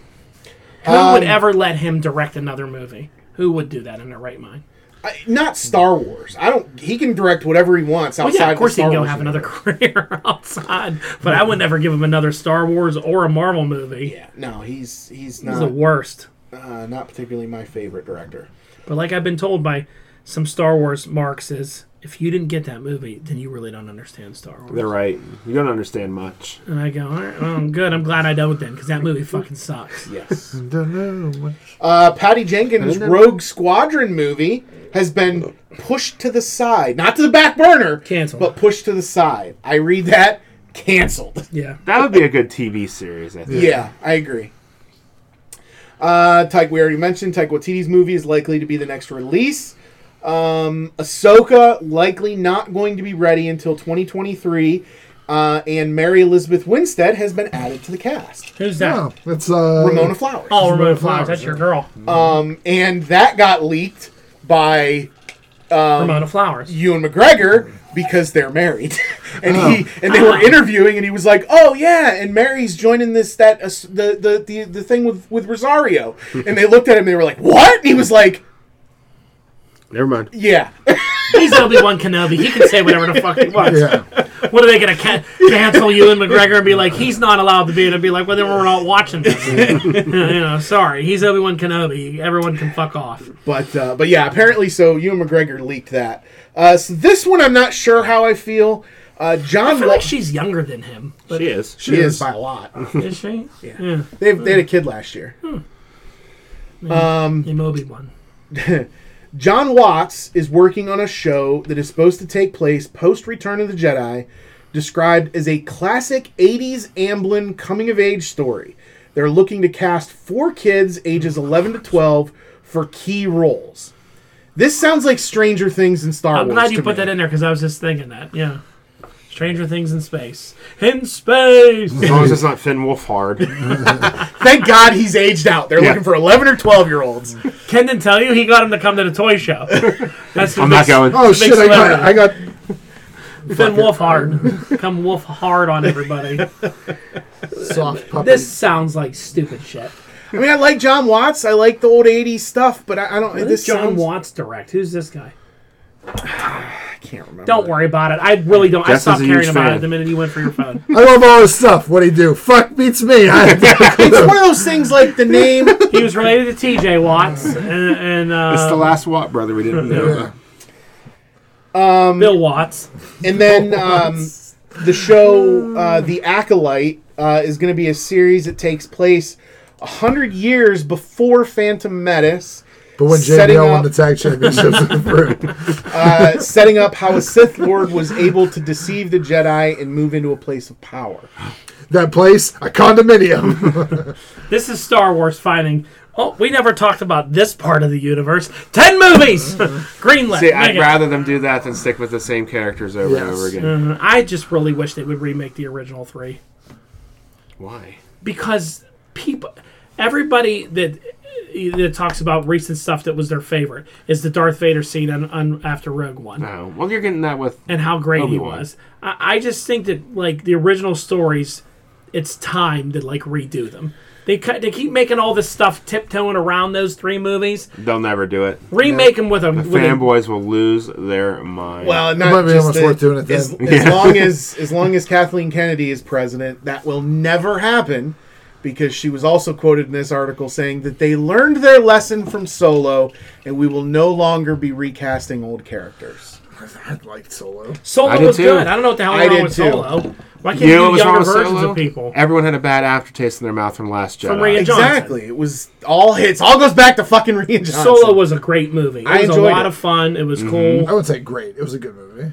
Who
Um,
would ever let him direct another movie? Who would do that in their right mind?
I, not Star Wars. I don't. He can direct whatever he wants
Well,
outside.
Oh, yeah, of course he
the Star
can go
Wars
have another
universe.
career outside, but I would never give him another Star Wars or a Marvel movie.
Yeah, no, he's he's
He's the
not
worst.
uh, not particularly my favorite director.
But like I've been told by some Star Wars marks is if you didn't get that movie, then you really don't understand Star Wars.
They're right. You don't understand much.
And I go, all right, well, I'm good. I'm glad I don't then, because that movie fucking sucks.
Yes.
Don't know.
Uh, Patty Jenkins' Rogue Squadron movie has been pushed to the side, not to the back burner,
Canceled.
but pushed to the side. I read that canceled.
Yeah.
That would be a good TV series. I think.
Yeah, I agree. Uh, Taika, we already mentioned Taika Waititi's movie is likely to be the next release. Um, Ahsoka likely not going to be ready until 2023, uh, and Mary Elizabeth Winstead has been added to the cast.
Who's that?
No, it's uh,
Ramona Flowers.
Oh, Ramona
Flowers,
Flowers. That's your
yeah.
girl.
Um, and that got leaked by
Um,
Ramona Flowers.
Ewan McGregor because they're married, and he and they were interviewing, and he was like, "Oh yeah," and Mary's joining this that uh, s- the, the the the thing with with Rosario, and they looked at him, and they were like, "What?" And he was like,
Never mind.
"Yeah,
He's Obi Wan Kenobi. He can say whatever the fuck he wants.
Yeah,
What are they gonna ca- cancel you and McGregor and be like, he's not allowed to be? And I'd be like, well, then we're not watching this. you know, sorry, he's Obi Wan Kenobi. Everyone can fuck off.
But uh, but yeah, apparently so. Ewan McGregor leaked that. Uh, so this one, I'm not sure how I feel. Uh, John,
I feel like
Lo-
she's younger than him. But
She is.
she is by a lot.
is she? Yeah. yeah.
They they had a kid last year.
In Obi Wan.
John Watts is working on a show that is supposed to take place post Return of the Jedi, described as a classic 80s Amblin coming of age story. They're looking to cast four kids ages 11 to 12 for key roles. This sounds like Stranger Things and Star
I'm
Wars.
glad you
to
put
me.
that in there because I was just thinking that. Yeah. Stranger Things in space. In space.
As long as it's not Finn Wolfhard.
Thank God he's aged out. They're looking for 11 or 12 year olds.
Ken didn't tell you he got him to come to the toy show. That's
I'm not going.
Oh shit! I got,
celebrity.
I got.
Finn Wolf hard. Come Wolf hard on everybody.
soft puppy.
This sounds like stupid shit.
I mean, I like John Watts. I like the old 80s stuff, but I, I don't.
What
this
did John
sounds-
Watts direct? Who's this guy?
I can't remember.
Don't worry about it. I really don't.
Justin's
I stopped
a
caring
huge
about
fan.
it the minute you went for your phone.
I love all his stuff. What he do? Fuck beats me. I have no
It's
clue.
one of those things like the name.
he was related to T.J. Watts and, and
It's the
uh,
last Watt brother we didn't know.
Yeah.
Bill Watts.
And then um, the show, uh, The Acolyte, uh, is going to be a series that takes place 100 years before Phantom Menace,
But when
Setting
JBL won the
up-
tag championships in the group.
uh, setting up how a Sith Lord was able to deceive the Jedi and move into a place of power.
that place, a condominium.
This is Star Wars finding. Oh, we never talked about this part of the universe. Ten movies. Greenlit.
See, I'd
Make it.
rather them do that than stick with the same characters over and
Yes.
over again.
Mhm. I just really wish they would remake the original three.
Why?
because people, everybody that that talks about recent stuff that was their favorite is the Darth Vader scene on, on after Rogue One
Oh, well, you're getting that with.
and how great he
Obi-Wan.
was. I, I just think that like the original stories, it's time to like redo them. They cu- they keep making all this stuff tiptoeing around those three movies.
They'll never do it.
Remake them with a
The
with a,
fanboys will lose their mind.
Well,
It might
not
be
just
almost
the-
worth doing it
As,
then.
as long as as long as Kathleen Kennedy is president, that will never happen because she was also quoted in this article saying that they learned their lesson from Solo and we will no longer be recasting old characters.
I like Solo.
Solo
I did
was
too.
good. I don't know what the hell
I
went
did
on with
too.
Solo. Why can't
you
you,
know what
do
was wrong
younger
with
versions
Solo?
of people?
Everyone had a bad aftertaste in their mouth from Last Jedi.
From Rian Johnson.
Exactly. It was all hits. All goes back to fucking Rian Johnson.
Solo was a great movie. It
I
was a
enjoyed
lot
it.
Mm-hmm.
of fun. It was cool.
I would say great. It was a good movie.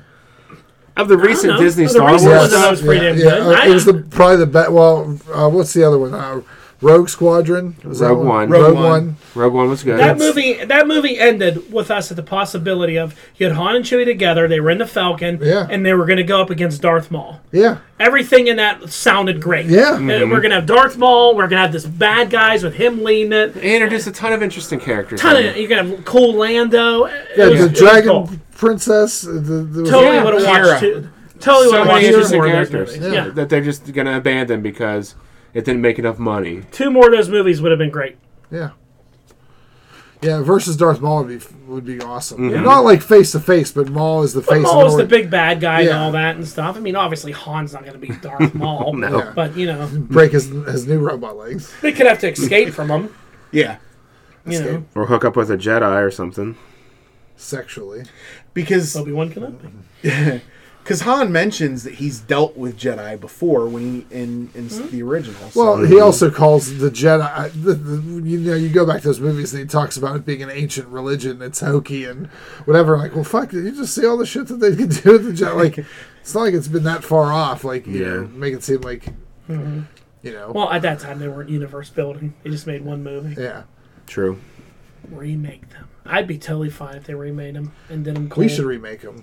Of the
don't
recent
know.
Disney
Of the
Star Wars,
recent ones,
stuff,
was pretty damn good.
uh, It was
I-
the probably the best. Well, uh, what's the other one? Uh, Rogue Squadron. Was that
Rogue One.
Rogue,
Rogue
One.
One.
Rogue One was good.
That movie, that movie ended with us at the possibility of you had Han and Chewie together. They were in the Falcon,
Yeah.
and they were going to go up against Darth Maul.
Yeah.
Everything in that sounded great.
Yeah.
And we're gonna have Darth Maul. We're gonna have this bad guys with him leading it.
They introduced a ton of interesting characters.
Ton
in
of,
it.
you're gonna have cool Lando. It
Yeah,
was-
the
it was
Dragon
cool.
Princess. uh, The, the,
Totally
Yeah.
would have watched.
Kira.
Too, totally
so
would
many
have watched two
interesting
more of those
characters
movies. Yeah.
that they're just going to abandon because it didn't make enough money.
two more of those movies would have been great.
Yeah. Yeah, versus Darth Maul would be would be awesome.
Mm-hmm.
Not like face to face, but Maul is the face.
But
and
Maul was
Lord-
the big bad guy and
Yeah.
all that and stuff. I mean, obviously Han's not gonna be Darth Maul,
No.
but you know
break his his new robot legs.
they could have to escape from him.
Yeah.
You know,
Or hook up with a Jedi or something.
sexually.
Because
Obi Wan Kenobi.
because Han mentions that he's dealt with Jedi before when he in in
Hmm?
s the original. So.
Well, he also calls the Jedi. uh, The, the, you know, you go back to those movies, and he talks about it being an ancient religion. It's hokey and whatever. Like, well, fuck! Did you just see all the shit that they can do with the Jedi? Like, it's not like it's been that far off. Like, you know,
Yeah.
make it seem like, you know,
Mm-hmm. Well, at that time they weren't universe building. They just made one movie.
yeah.
True.
Remake them. I'd be totally fine if they remade them and did them cool.
We should remake them.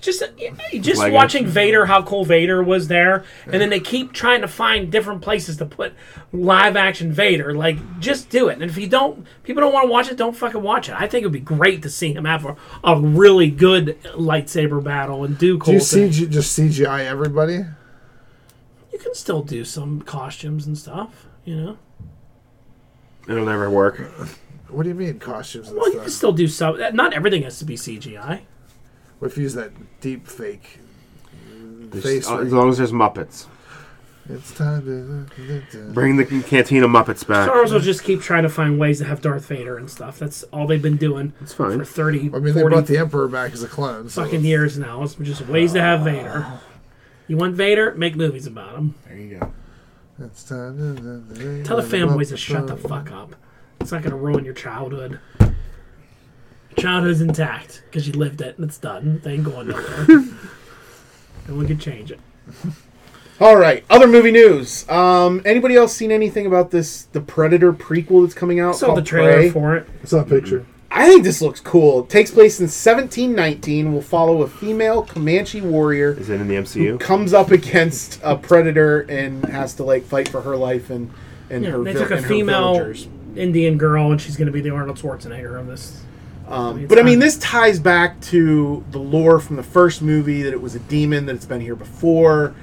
just uh, yeah, just
Lego.
watching Vader, how cool Vader was there, and then they keep trying to find different places to put live action Vader. Like, just do it. And if you don't, people don't want to watch it. Don't fucking watch it. I think it would be great to see him have a, a really good lightsaber battle and do
Do
cool
you
things.
CG, just CGI everybody?
you can still do some costumes and stuff. You know,
It'll never work.
What do you mean costumes and
well, you can
stuff?
still do some. Not everything has to be CGI.
What if you use that deep fake? Face
As as
ring.
long as there's Muppets.
It's time to.
Bring the Cantina Muppets back.
Star Wars will just keep trying to find ways to have Darth Vader and stuff. That's all they've been doing
It's fine.
for 30,
I mean, they
40,
brought the Emperor back as a clone. So
fucking years now. It's just ways to have Vader. You want Vader? Make movies about him.
there you go.
it's time to-
Tell the fanboys to shut the fuck up. It's not gonna ruin your childhood. Childhood's intact because you lived it and it's done. They ain't going nowhere. no one can change it.
All right, other movie news. Um, anybody else seen anything about this the Predator prequel that's coming out?
I saw
called
the trailer
Prey?
for it.
It's not a picture.
I think this looks cool. It takes place in 1719. Will follow a female Comanche warrior
Is it in the MCU?
comes up against a predator and has to like fight for her life and and
Yeah,
her.
they
vil-
took a
and her
female
villagers.
Indian girl and she's gonna be the Arnold Schwarzenegger of this.
Um,
it's
but I mean,
fine.
this ties back to the lore from the first movie that it was a demon that it's been here before,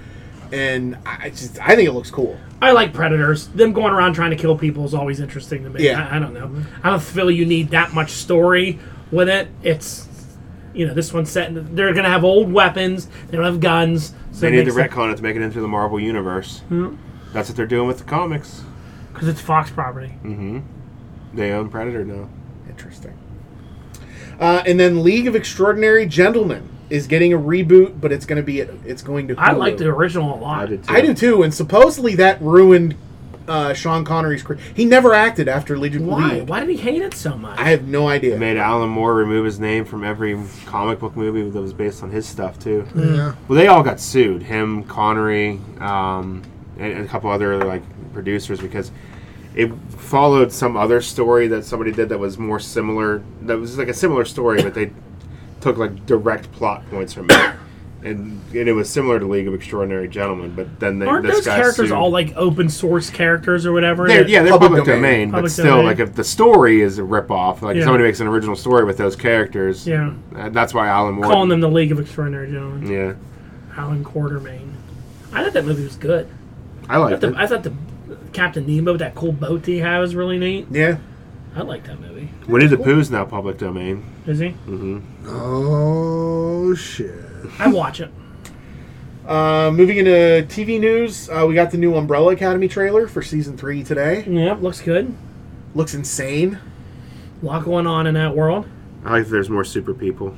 and I I just I think it looks cool.
I like predators. Them going around trying to kill people is always interesting to me.
Yeah.
I, I don't know. I don't feel you need that much story with it. It's you know this one's set. In, they're gonna have old weapons. They don't have guns. So
They need the retcon it to make it into the Marvel Universe. That's what they're doing with the comics.
because it's Fox property.
They own Predator now.
Interesting. Uh, and then League of Extraordinary Gentlemen is getting a reboot, but it's going to be it's going to.
I
Hulu.
like the original a lot.
I did too.
I do too, and supposedly that ruined uh, Sean Connery's career. He never acted after Legion.
Why?
League.
Why did he hate it so much?
I have no idea.
Made Alan Moore remove his name from every comic book movie that was based on his stuff too.
Yeah.
Well, they all got sued. Him, Connery, um, and, and a couple other like producers because it followed some other story that somebody did that was more similar. That was like a similar story, but they took like direct plot points from it, and, and it was similar to League of Extraordinary Gentlemen. But then they,
Aren't
this
those
guy
characters
sued.
all like open source characters or whatever?
They're,
that-
yeah, they're
Public
public, domain,
domain.
but
Public
still,
domain.
like if the story is a ripoff, like
Yeah.
if somebody makes an original story with those characters,
Yeah.
uh, that's why Alan Moore
Calling them the League of Extraordinary Gentlemen.
Yeah,
Alan Quartermain. I thought that movie was good.
I
I
like
thought the,
it.
I thought the Captain Nemo with that cool boat that he had was really neat.
Yeah,
I like that movie.
Winnie the Pooh's now public domain.
Is he?
Oh shit!
I watch it.
Uh, moving into TV news, uh, we got the new Umbrella Academy trailer for season three today.
Yeah, looks good.
Looks insane.
A lot going on in that world.
I like that there's more super people.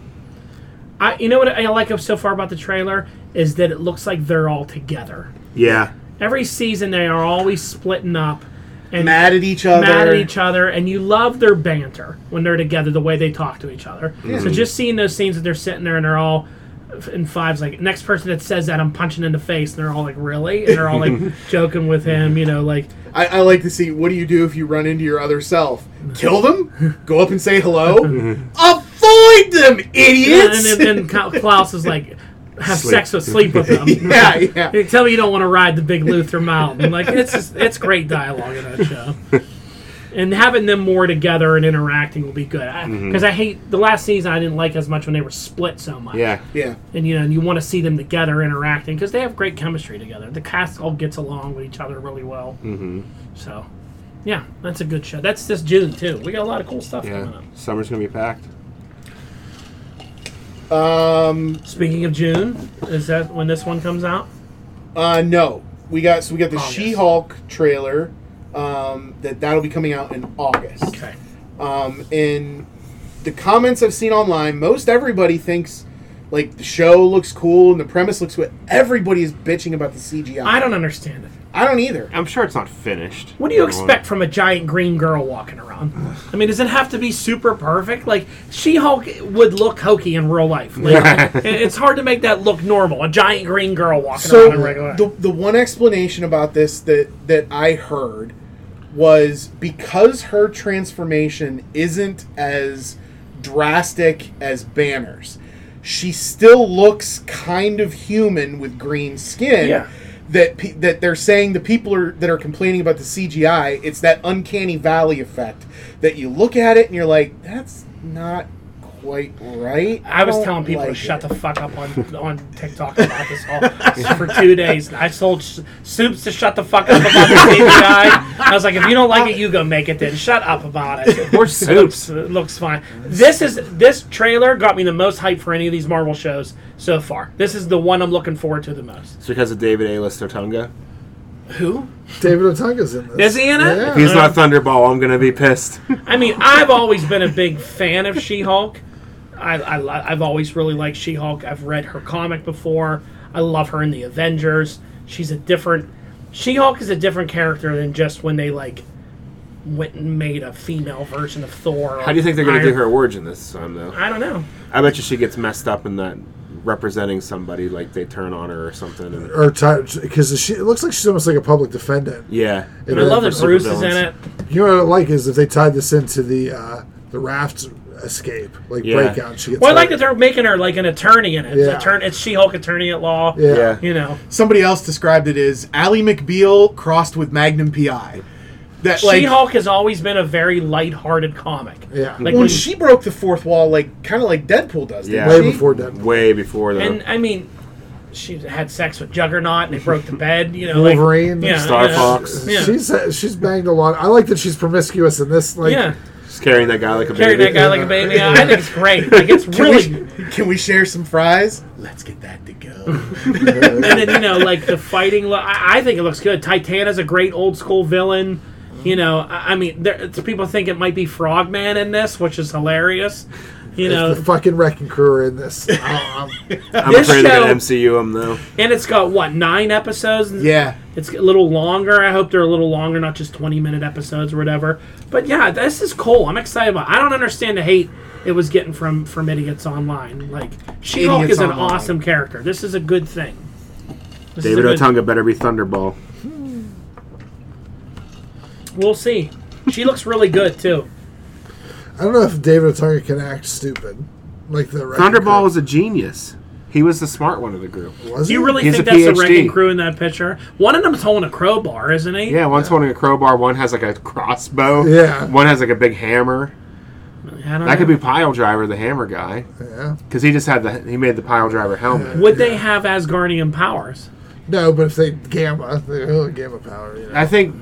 I, you know what I like so far about the trailer is that it looks like they're all together.
Yeah.
Every season they are always splitting up and
Mad at each other.
mad at each other, and you love their banter when they're together, the way they talk to each other. So just seeing those scenes that they're sitting there and they're all and Five's like, next person that says that, I'm punching in the face. And they're all like, really? And they're all like joking with him, you know, like,
I, I like to see what do you do if you run into your other self? Kill them? Go up and say hello? Avoid them, idiots!
and then and Kla- Klaus is like, have sex with, sleep with them.
yeah, yeah.
You tell me you don't want to ride the big Luther Mountain. Like it's just, it's great dialogue in that show. And having them more together and interacting will be good. Because I, 'cause I hate the last season. I didn't like as much when they were split so much.
Yeah.
Yeah.
And you know, and you want to see them together interacting because they have great chemistry together. The cast all gets along with each other really well. Mm-hmm. So, yeah, that's a good show. That's this June too. We got a lot of cool stuff coming
Yeah.
up.
Summer's going to be packed.
Um,
Speaking of June, is that when this one comes out?
uh, no. We got so we got the
August.
She-Hulk trailer. Um, that that'll be coming out in August.
Okay.
um, in the comments I've seen online, most everybody thinks like the show looks cool and the premise looks good. Everybody is bitching about the CGI.
I don't understand it.
I don't either.
I'm sure it's not finished.
What do you
Everyone-
expect from a giant green girl walking around? I mean, does it have to be super perfect? Like, She Hulk would look hokey in real life. Like, it- it's hard to make that look normal. A giant green girl walking
So
around in regular.
the the one explanation about this that that I heard was because her transformation isn't as drastic as Banner's. She still looks kind of human with green skin.
Yeah.
That pe- that they're saying the people are that are complaining about the CGI, it's that uncanny valley effect that you look at it and you're like, that's not quite right.
I was
don't
telling people
like
to shut
it."
the fuck up on, on TikTok about this all for two days. I sold s- soups to shut the fuck up about the CGI. I was like, if you don't like it, you go make it then. Shut up about it.
Or soups.
It looks fine. This is this trailer got me the most hype for any of these Marvel shows so far. This is the one I'm looking forward to the most.
It's because of David A. Listotunga.
Who?
David Otunga's in this.
Is he in it?
Yeah.
He's not Thunderball. I'm going to be pissed.
I mean, I've always been a big fan of She-Hulk. I, I li- I've always really liked She-Hulk. I've read her comic before. I love her in the Avengers. She's a different. She-Hulk is a different character than just when they like went and made a female version of Thor.
How do you think they're going to do her origin this time, though?
I don't know.
I bet you she gets messed up in that representing somebody, like they turn on her or something. And,
Or because she it looks like she's almost like a public defendant.
yeah.
And
I love that
For
Bruce is in
supervillains.
it.
You know what I like is if they tied this into the uh, the raft escape, like
Yeah.
breakout. She gets
Well, I like
hurt.
that they're making her like an attorney in it. It's,
Yeah.
attorney, it's She-Hulk attorney at law.
Yeah.
Yeah.
You know,
somebody else described it as Ally McBeal crossed with Magnum PI. That like
She-Hulk has always been a very light-hearted comic.
Yeah.
Like
when
when
she broke the fourth wall, like kind of like Deadpool does. didn't
Yeah.
way
she?
before Deadpool.
Way before, though.
And I mean, she had sex with Juggernaut and they broke the bed. You know, like-
Wolverine,
yeah,
Star
yeah,
Fox.
Yeah.
She's she's banged a lot. I like that she's promiscuous in this. Like,
yeah,
She's carrying that guy like a
carrying
baby.
that guy like a baby. I think it's great. Like it's
Can,
really,
we, can we share some fries? Let's get that to go.
and then you know, like the fighting. Lo- I, I think it looks good. Titana's a great old school villain. You know, I, I mean, there, it's- people think it might be Frogman in this, which is hilarious. You know,
the fucking wrecking crew are in this. I- I'm-
I'm
This
afraid they're
show-
going to MCU him, though.
and it's got what nine episodes. And
yeah,
It's a little longer. I hope they're a little longer, not just 20 minute episodes or whatever. But yeah, this is cool. I'm excited about. It. I don't understand the hate it was getting from from idiots online. Like She-Hulk is
Idiots
an
Online.
awesome character. This is a good thing. This is
David
a good-
Otunga better be Thunderball.
We'll see. She looks really good too.
I don't know if David Otunga can act stupid, like the Wrecking
Thunderball
Crew.
was a genius. He was the smart one of the group.
Was
Do you
he?
really
He's
think
a
that's the
PhD.
wrecking crew in that picture? One of them's holding a crowbar, isn't he?
Yeah, one's holding a crowbar, one has like a crossbow.
Yeah.
One has like a big hammer.
I don't
That
know.
could be Pile Driver, the hammer guy.
Yeah.
Because he just had the, he made the Pile Driver helmet.
Would they have Asgardian powers?
No, but if they gamma, they oh, gamma power. You know.
I think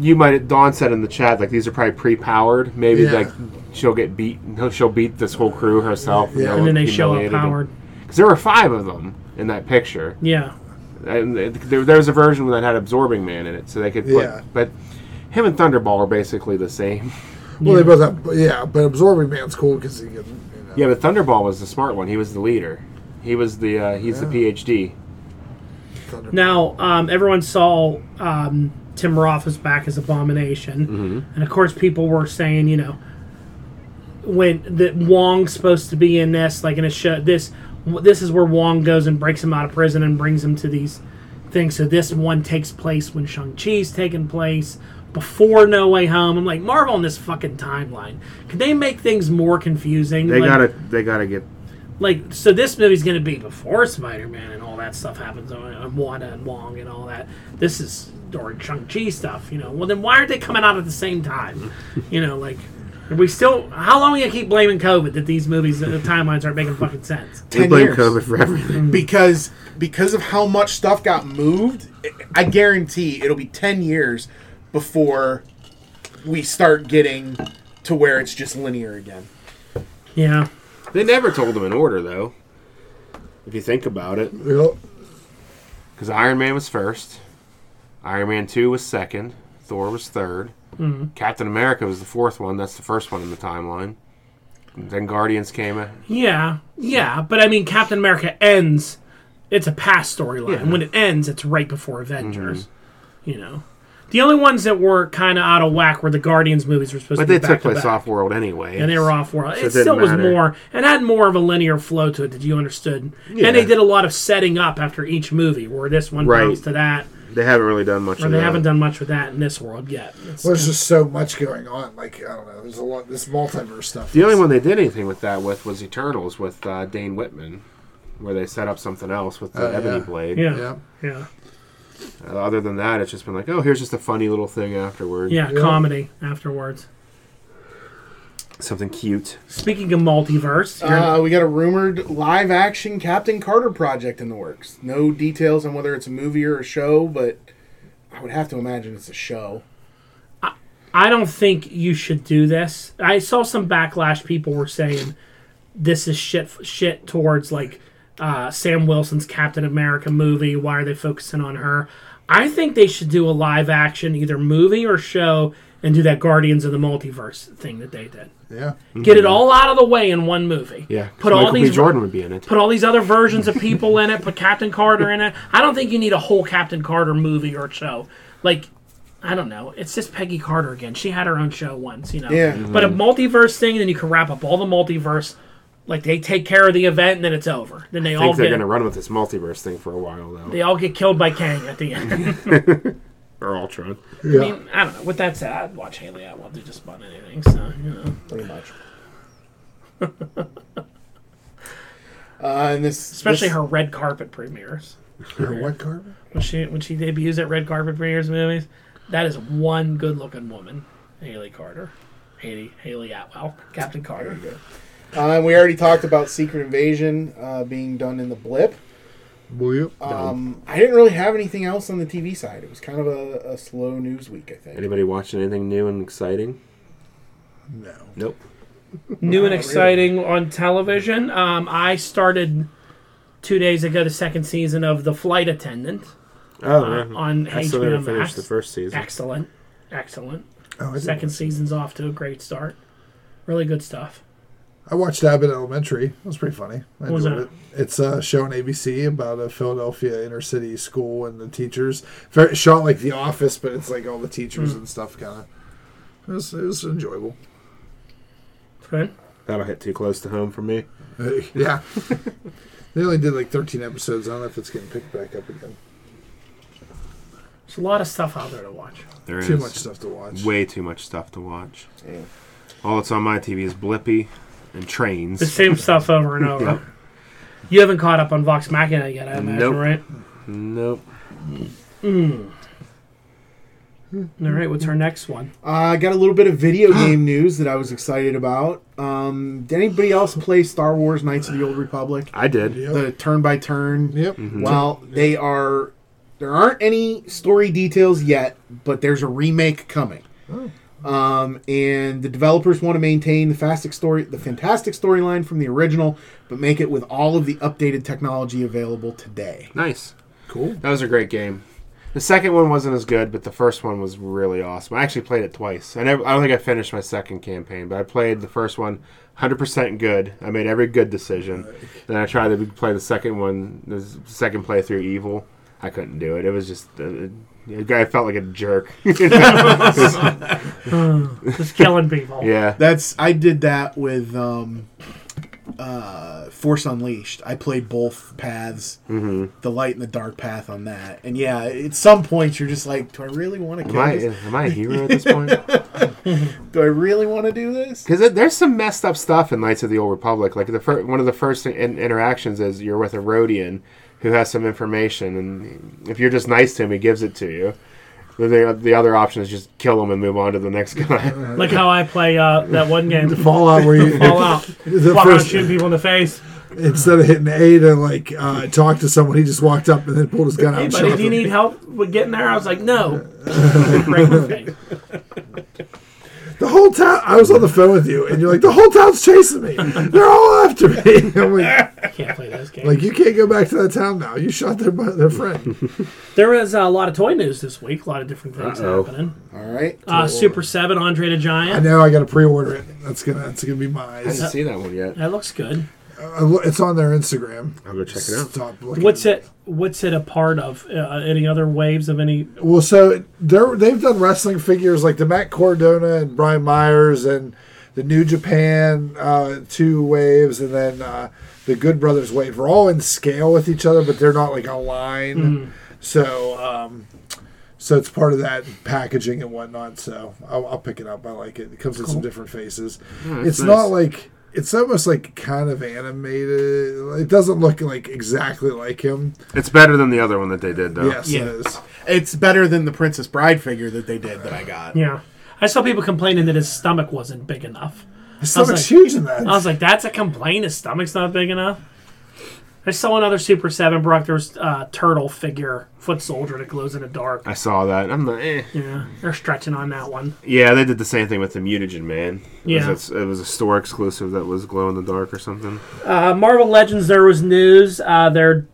you might, Dawn said in the chat, like these are probably pre powered. Maybe
Yeah.
like she'll get beat, she'll beat this whole crew herself.
Yeah.
And then they show up powered.
Because there were five of them in that picture.
Yeah.
And th- there, there was a version that had Absorbing Man in it, so they could put.
Yeah.
But him and Thunderball are basically the same.
Well, they both have. Yeah, but Absorbing Man's cool because he can. You know.
Yeah, but Thunderball was the smart one. He was the leader. He was the uh, he's the PhD.
Thunderball.
Now, um, everyone saw um, Tim Roth was back as Abomination,
Mm-hmm.
and of course, people were saying, you know, when that Wong's supposed to be in this, like in a show, this w- this is where Wong goes and breaks him out of prison and brings him to these things. So this one takes place when Shang Chi's taking place before No Way Home. I'm like Marvel on this fucking timeline. Could they make things more confusing?
They
like,
gotta they gotta get
like so this movie's going to be before spider-man and all that stuff happens on on wanda and wong and all that this is or Shang-Chi stuff you know well then why aren't they coming out at the same time you know like are we still how long are we going to keep blaming covid that these movies the timelines aren't making fucking sense
we
10
blame
years. Mm.
COVID for everything.
because because of how much stuff got moved, I- I guarantee it'll be ten years before we start getting to where it's just linear again.
yeah
They never told them in order though. If you think about it,
Yep.
Because Iron Man was first, Iron Man 2 was second, Thor was 3rd
Mm-hmm.
Captain America was the fourth one. That's the first one in the timeline. Then Guardians came. a-
yeah yeah but i mean captain america ends it's a past storyline when it ends it's right before avengers
Mm-hmm.
you know the only ones that were kind of out of whack were the guardians movies were supposed
But
to be
they took
back-to-back.
place off world anyway.
and they were off world. it
didn't
still was
matter.
more and had more of a linear flow to it that you understood. And they did a lot of setting up after each movie, where this one
Right.
goes to that,
they haven't really done much.
or
of
they
that.
haven't done much with that in this world yet. It's-
There's just so much going on. Like I don't know. There's a lot. This multiverse stuff.
The
is-
only one they did anything with that with was Eternals with uh, Dane Whitman, where they set up something else with the
Oh,
Ebony
yeah.
Blade.
yeah, yeah,
Yeah.
yeah,
Uh, other than that, it's just been like, oh, here's just a funny little thing afterward.
Yeah.
Comedy afterwards.
Something cute.
Speaking of multiverse, you're-
Uh, we got a rumored live action Captain Carter project in the works. No details on whether it's a movie or a show, but I would have to imagine it's a show.
I don't think you should do this. I saw some backlash. People were saying this is shit shit towards like uh, Sam Wilson's Captain America movie. Why are they focusing on her? I think they should do a live action either movie or show and do that Guardians of the Multiverse thing that they did.
Yeah.
Get it all out of the way in one movie.
Mm-hmm. Yeah. 'cause
Put all
Michael B.
these
Jordan would be in it.
put all these other versions of people in it. Put Captain Carter in it. I don't think you need a whole Captain Carter movie or show. Like, I don't know. It's just Peggy Carter again. She had her own show once, you know.
Yeah.
But a multiverse thing, then you can wrap up all the multiverse. Like they take care of the event, and then it's over. Then they
I
all
think they're
get
going to run with this multiverse thing for a while though,
they all get killed by Kang at the end.
or Ultron.
Yeah.
I mean, I don't know. With that said, I'd watch Haley Atwell do just about anything. So you know,
Pretty much. uh, and this
especially
this-
her red carpet premieres.
Or what carbon?
when she when she debuts at red carpet premieres movies, that is one good looking woman, Haley Carter, Haley Haley Atwell, Captain Carter.
Uh, we already talked about Secret Invasion uh, being done in the blip.
Will you?
Um, I didn't really have anything else on the TV side. It was kind of a, a slow news week, I think.
Anybody watching anything new and exciting?
no.
Nope. Oh,
New and exciting on television. Um, I started two days ago the second season of The Flight Attendant
Oh,
uh,
yeah.
on
I still haven't
HBO Max.
finished the first season.
Excellent, excellent.
Oh, I didn't
Second
watch-
season's off to a great start. Really good stuff.
I watched Abbott Elementary. It was pretty funny. I
was
enjoyed it. It's a show on ABC about a Philadelphia inner city school and the teachers. Very shot like The Office, but it's like all the teachers
Hmm.
and stuff. Kind of. It was, it was enjoyable.
Good.
That'll hit too close to home for me.
Hey, yeah. they only did like 13 episodes. I don't know if it's getting picked back up again.
There's a lot of stuff out there to watch.
There
Too
is
much stuff to watch.
way too much stuff to watch.
Yeah.
All that's on my TV is Blippy and
The
trains.
same stuff over and over. You haven't caught up on Vox Machina yet, I imagine,
Nope.
right?
Nope.
All right, what's our next one?
Uh, I got a little bit of video game news that I was excited about. Um, did anybody else play Star Wars Knights of the Old Republic?
I did.
Yep.
The turn by turn.
Yep.
Well, they are. There aren't any story details yet, but there's a remake coming. Um, and the developers want to maintain the fantastic story, the fantastic storyline from the original, but make it with all of the updated technology available today.
Nice.
Cool.
That was a great game. The second one wasn't as good, but the first one was really awesome. I actually played it twice. I never, I don't think I finished my second campaign, but I played the first one 100% good. I made every good decision. Then I tried to play the second one, the second playthrough evil. I couldn't do it. It was just, uh, I felt like a jerk.
Just killing people.
yeah.
That's I did that with um, uh, Force Unleashed. I played both paths, the light and the dark path on that. And yeah, at some point you're just like, do I really want to
Am
kill
I,
this?
am I a hero at this point?
Do I really want to do this?
Because there's some messed up stuff in Knights of the Old Republic. Like the fir- one of the first in- interactions is you're with a Rhodian who has some information, and if you're just nice to him, he gives it to you. The, the, the other option is just kill him and move on to the next guy.
Like how I play uh, that one game,
Fallout where you
Fallout.
The
Walk around
first-
shooting people in the face.
instead of hitting A to like uh, talk to someone, he just walked up and then pulled his gun out.
Hey,
and
buddy,
shot
do you
them.
need help with getting there? I was like, no. Break my face.
The whole town. I was on the phone with you, and you're like, the whole town's chasing me. They're all after me. I'm like,
I can't play those games.
like, you can't go back to that town now. You shot their bu- their friend.
There was a lot of toy news this week. A lot of different things
Uh-oh.
happening.
All right.
Uh, Super Seven, Andre the
I
Giant.
know I got to pre-order it. That's gonna that's gonna be mine.
I didn't see that one yet.
That looks good.
Uh, lo- It's on their Instagram.
I'll go check it out.
Stop looking.
What's it? What's it a part of? Uh, any other waves of any?
Well, so they're, they've done wrestling figures like the Matt Cordona and Brian Myers and the New Japan uh, two waves, and then uh, the Good Brothers wave. We're all in scale with each other, but they're not like a line. So, um, so it's part of that packaging and whatnot. So I'll, I'll pick it up. I like it. It comes with some different faces. it's
nice.
not like. It's almost like kind of animated. It doesn't look like exactly like him.
It's better than the other one that they did, though.
Yes,
Yeah.
it is.
It's better than the Princess Bride figure that they did that I got.
Yeah, I saw people complaining that his stomach wasn't big enough.
His stomach's
like-
huge in that.
I was like, that's a complaint. His stomach's not big enough. I saw another Super Seven Brock. There was uh, turtle figure, foot soldier that glows in the dark.
I saw that. I'm like, eh.
Yeah, they're stretching on that one.
Yeah, they did the same thing with the mutagen man. It
Yeah.
was a, it was a store exclusive that was glow in the dark or something.
Uh, Marvel Legends, there was news. Uh, they're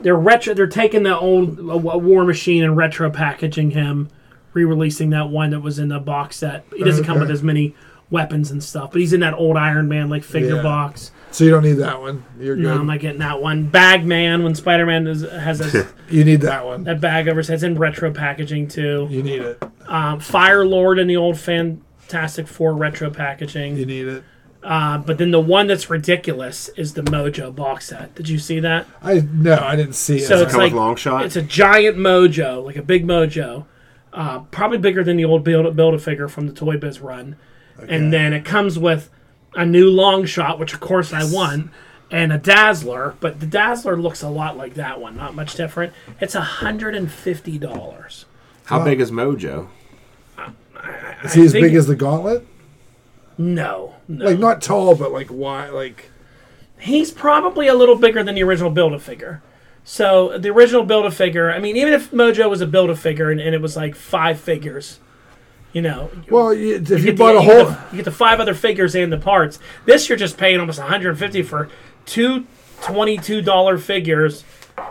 they're retro. They're taking the old uh, Wa- War Machine and retro packaging him, re-releasing that one that was in the box set. He doesn't come with
Okay.
as many weapons and stuff, but he's in that old Iron Man like figure
Yeah.
box.
So you don't need that one. You're good.
No, I'm not getting that one. Bag Man when Spider Man has a,
you need that one.
that bag over his head. It's in retro packaging too.
You need it.
Um, Fire Lord in the old Fantastic Four retro
You
packaging.
need it.
Uh, but then the one that's ridiculous is the Mojo box set. Did you see that?
I no, I didn't see it.
So
Does it
it's
come
like-
with long shot?
It's a giant mojo, like a big mojo, uh, probably bigger than the old build build a figure from the Toy Biz run. And then it comes with a new long shot, which of course I won, and a dazzler. But the dazzler looks a lot like that one, not much different. It's hundred and fifty dollars.
How big is Mojo?
is he as
think-
big as the gauntlet?
No, no.
Like not tall, but like wide. Like
he's probably a little bigger than the original build a figure. So the original build a figure, I mean, even if Mojo was a build a figure and, and it was like five figures, you know,
well, you, if you,
get
bought
the-
a
you get
whole,
the- you get the five other figures and the parts. This you're just paying almost 150 for two $22 figures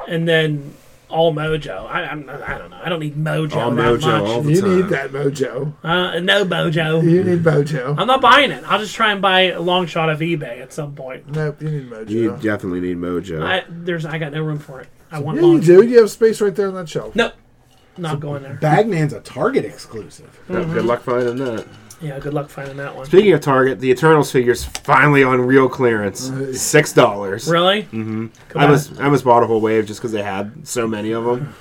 and then all mojo. I, I'm, I don't know. I don't need mojo
All
that
Mojo, all
much.
the
you
time.
need that mojo.
Uh, no mojo.
You need mojo.
I'm not buying it. I'll just try and buy a long shot of eBay at some point.
nope, you need mojo.
You definitely need Mojo.
I there's I got no room for it. I want
yeah,
long.
you do. You have space right there on that shelf.
No, not going there.
Bagman's a Target exclusive.
No,
mm-hmm.
Good luck finding that.
Yeah, good luck finding that one.
Speaking of Target, the Eternals figure's finally on real clearance. Six dollars.
Really? Mm-hmm.
I was I almost bought a whole wave just because they had so many of them.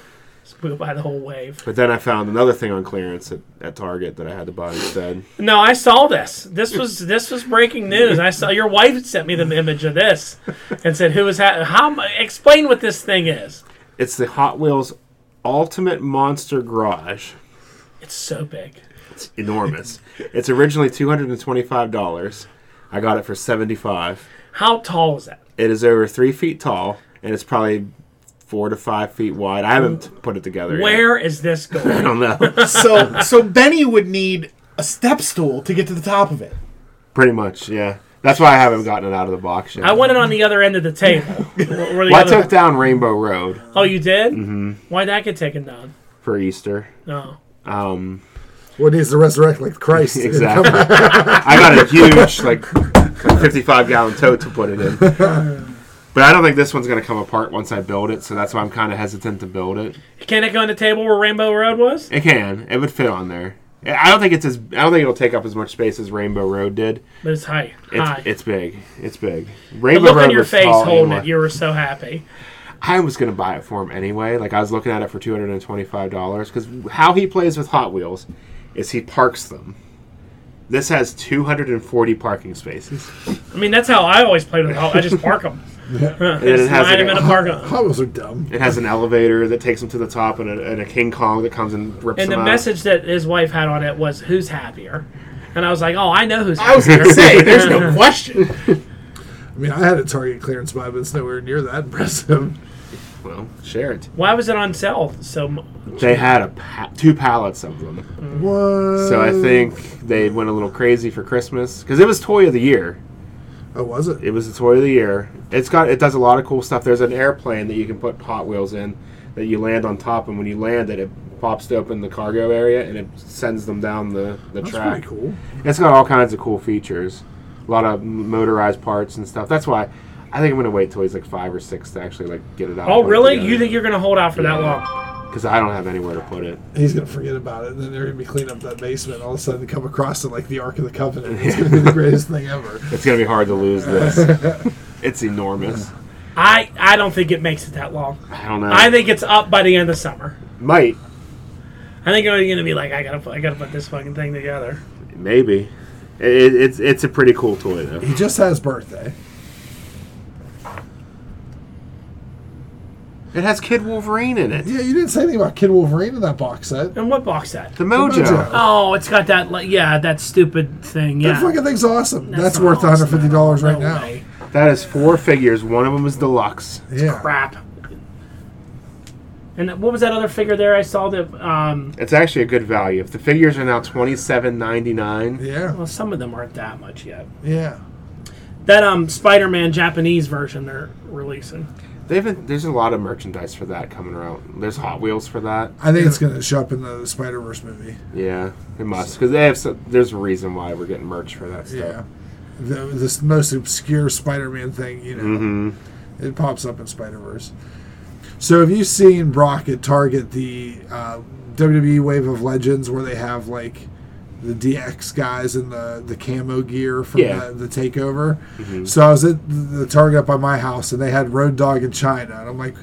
We'll buy the whole wave.
But then I found another thing on clearance at, at Target that I had to buy instead.
No, I saw this. This was this was breaking news. I saw your wife sent me the image of this and said, "Who is that? How? am I- Explain what this thing is."
It's the Hot Wheels Ultimate Monster Garage.
It's so big.
It's enormous. it's originally two hundred and twenty-five dollars. I got it for seventy-five.
How tall is that?
It is over three feet tall, and it's probably four to five feet wide. I haven't put it together yet.
Where is this
I
going?
don't know.
So so Benny would need a step stool to get to the top of it.
Pretty much, yeah. That's why I haven't gotten it out of the box yet.
I want it on the other end of the table. Where- where the
Well, I
other-
took down Rainbow Road
oh, you did? Mm-hmm. Why'd that get taken down?
for Easter.
No.
Um,
What needs to resurrect like Christ?
exactly. I got a huge, like, 55 gallon tote to put it in. But I don't think this one's going to come apart once I build it, so that's why I'm kind of hesitant to build it.
Can it go on the table where Rainbow Road was?
It can. It would fit on there.
I don't think it's as I don't think it'll take up as much space as Rainbow Road did.
But it's high.
It's,
high.
it's big. It's big.
the
Rainbow
look on
Road
your
was
face
tall
holding
anyway.
it, you were so happy.
I was gonna buy it for him anyway. Like I was looking at it for two hundred and twenty-five dollars because how he plays with Hot Wheels is he parks them. This has two hundred and forty parking spaces,
I mean, that's how I always played with Hot. I just park them.
and it has
Line
like,
them in a
a-
park 'em.
Hot Wheels are dumb.
it has an elevator that takes him to the top, and a, and a King Kong that comes and rips
And
him
the
out.
message that his wife had on it was, "Who's happier?" And I was like, "Oh, I know who's."
I was
happier.
gonna say, there's no question.
I mean, I had a Target clearance buy, but it's nowhere near that impressive.
well, share it.
Why was it on sale so? mu-
They had a pa- two pallets of them,
What?
so I think they went a little crazy for Christmas because it was toy of the year.
Oh, was it?
It was the toy of the year. It's got it does a lot of cool stuff. There's an airplane that you can put Hot Wheels in that you land on top, and when you land it, it pops open the cargo area and it sends them down the the
That's
track.
pretty cool.
It's got all kinds of cool features, a lot of m- motorized parts and stuff. That's why I think I'm gonna wait till he's like five or six to actually like get it out.
Oh, really? You think you're gonna hold out for that long?
Because I don't have anywhere to put it.
He's gonna forget about it, and then they're gonna be cleaning up that basement. All of a sudden, come across it like the Ark of the Covenant. It's gonna be the greatest thing ever.
It's gonna be hard to lose this. it's enormous.
I I don't think it makes it that long.
I don't know.
I think it's up by the end of summer.
might
I think I'm gonna be like, I gotta put- I gotta put this fucking thing together.
maybe. It, it, it's it's a pretty cool toy though.
He just had his birthday.
It has Kid Wolverine in it.
Yeah, you didn't say anything about Kid Wolverine in that box set.
And what box set?
The Mojo.
Mojo.
Oh, it's got that. li- Yeah, that stupid thing. Yeah.
That fucking thing's awesome. That's,
not
worth one
awesome.
hundred fifty dollars
No
right now.
way.
That is four figures. One of them is deluxe.
Yeah,
Crap. And what was that other figure there? I saw that. Um,
It's actually a good value. If the figures are now twenty seven ninety nine,
yeah,
well, some of them aren't that much yet.
yeah.
That um, Spider-Man Japanese version they're releasing.
they've been, there's a lot of merchandise for that coming around. There's Hot Wheels for that.
I think it's gonna show up in the Spider Verse movie.
Yeah, it must because they have. So, there's a reason why we're getting merch for that stuff.
Yeah, the, this most obscure Spider Man thing, you know, it pops up in Spider Verse. So have you seen Brock at Target the uh, WWE Wave of Legends where they have like the DX guys in the the camo gear from
Yeah. Mm-hmm.
the, the takeover? So I was at the Target up by my house and they had Road Dog in China, and I'm like.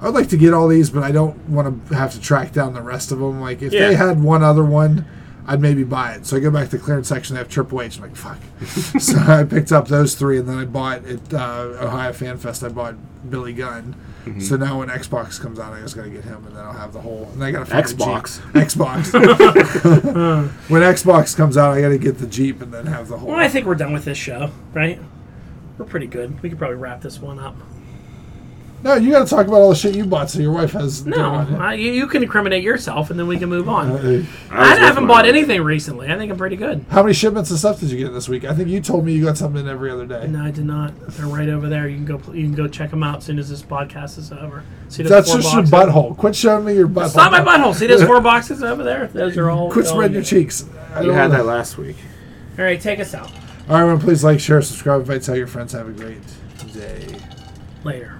I'd like to get all these, but I don't want to have to track down the rest of them. Like if
Yeah.
they had one other one, I'd maybe buy it. So I go back to the clearance section. They have Triple H. I'm like, fuck. so I picked up those three, and then I bought at uh, Ohio Fan Fest. I bought Billy Gunn.
Mm-hmm.
So now when Xbox comes out, I just gotta get him, and then I'll have the whole. And I got to
Xbox.
Xbox. when Xbox comes out, I gotta get the Jeep, and then have the whole.
Well, I think we're done with this show, right? We're pretty good. We could probably wrap this one up.
no, you gotta talk about all the shit you bought, so your wife has.
No, I, you, you can incriminate yourself, and then we can move on.
Uh,
I,
was with
haven't
my
bought
wife.
anything recently. I think I'm pretty good.
How many shipments of stuff did you get this week? I think you told me you got something every other day.
No, I did not. They're right over there. You can go. You can go check them out as soon as this podcast is over. See those
That's
four
just your
boxes?
butthole. Quit showing me your butthole.
It's not my butthole. See those four boxes over there? Those are all.
Quit
all
spreading your
good.
cheeks. I
You
don't
had
wanna-
that last week.
All right, take us out
All right, everyone, please like, share, subscribe, invite, tell your friends. Have a great day.
later.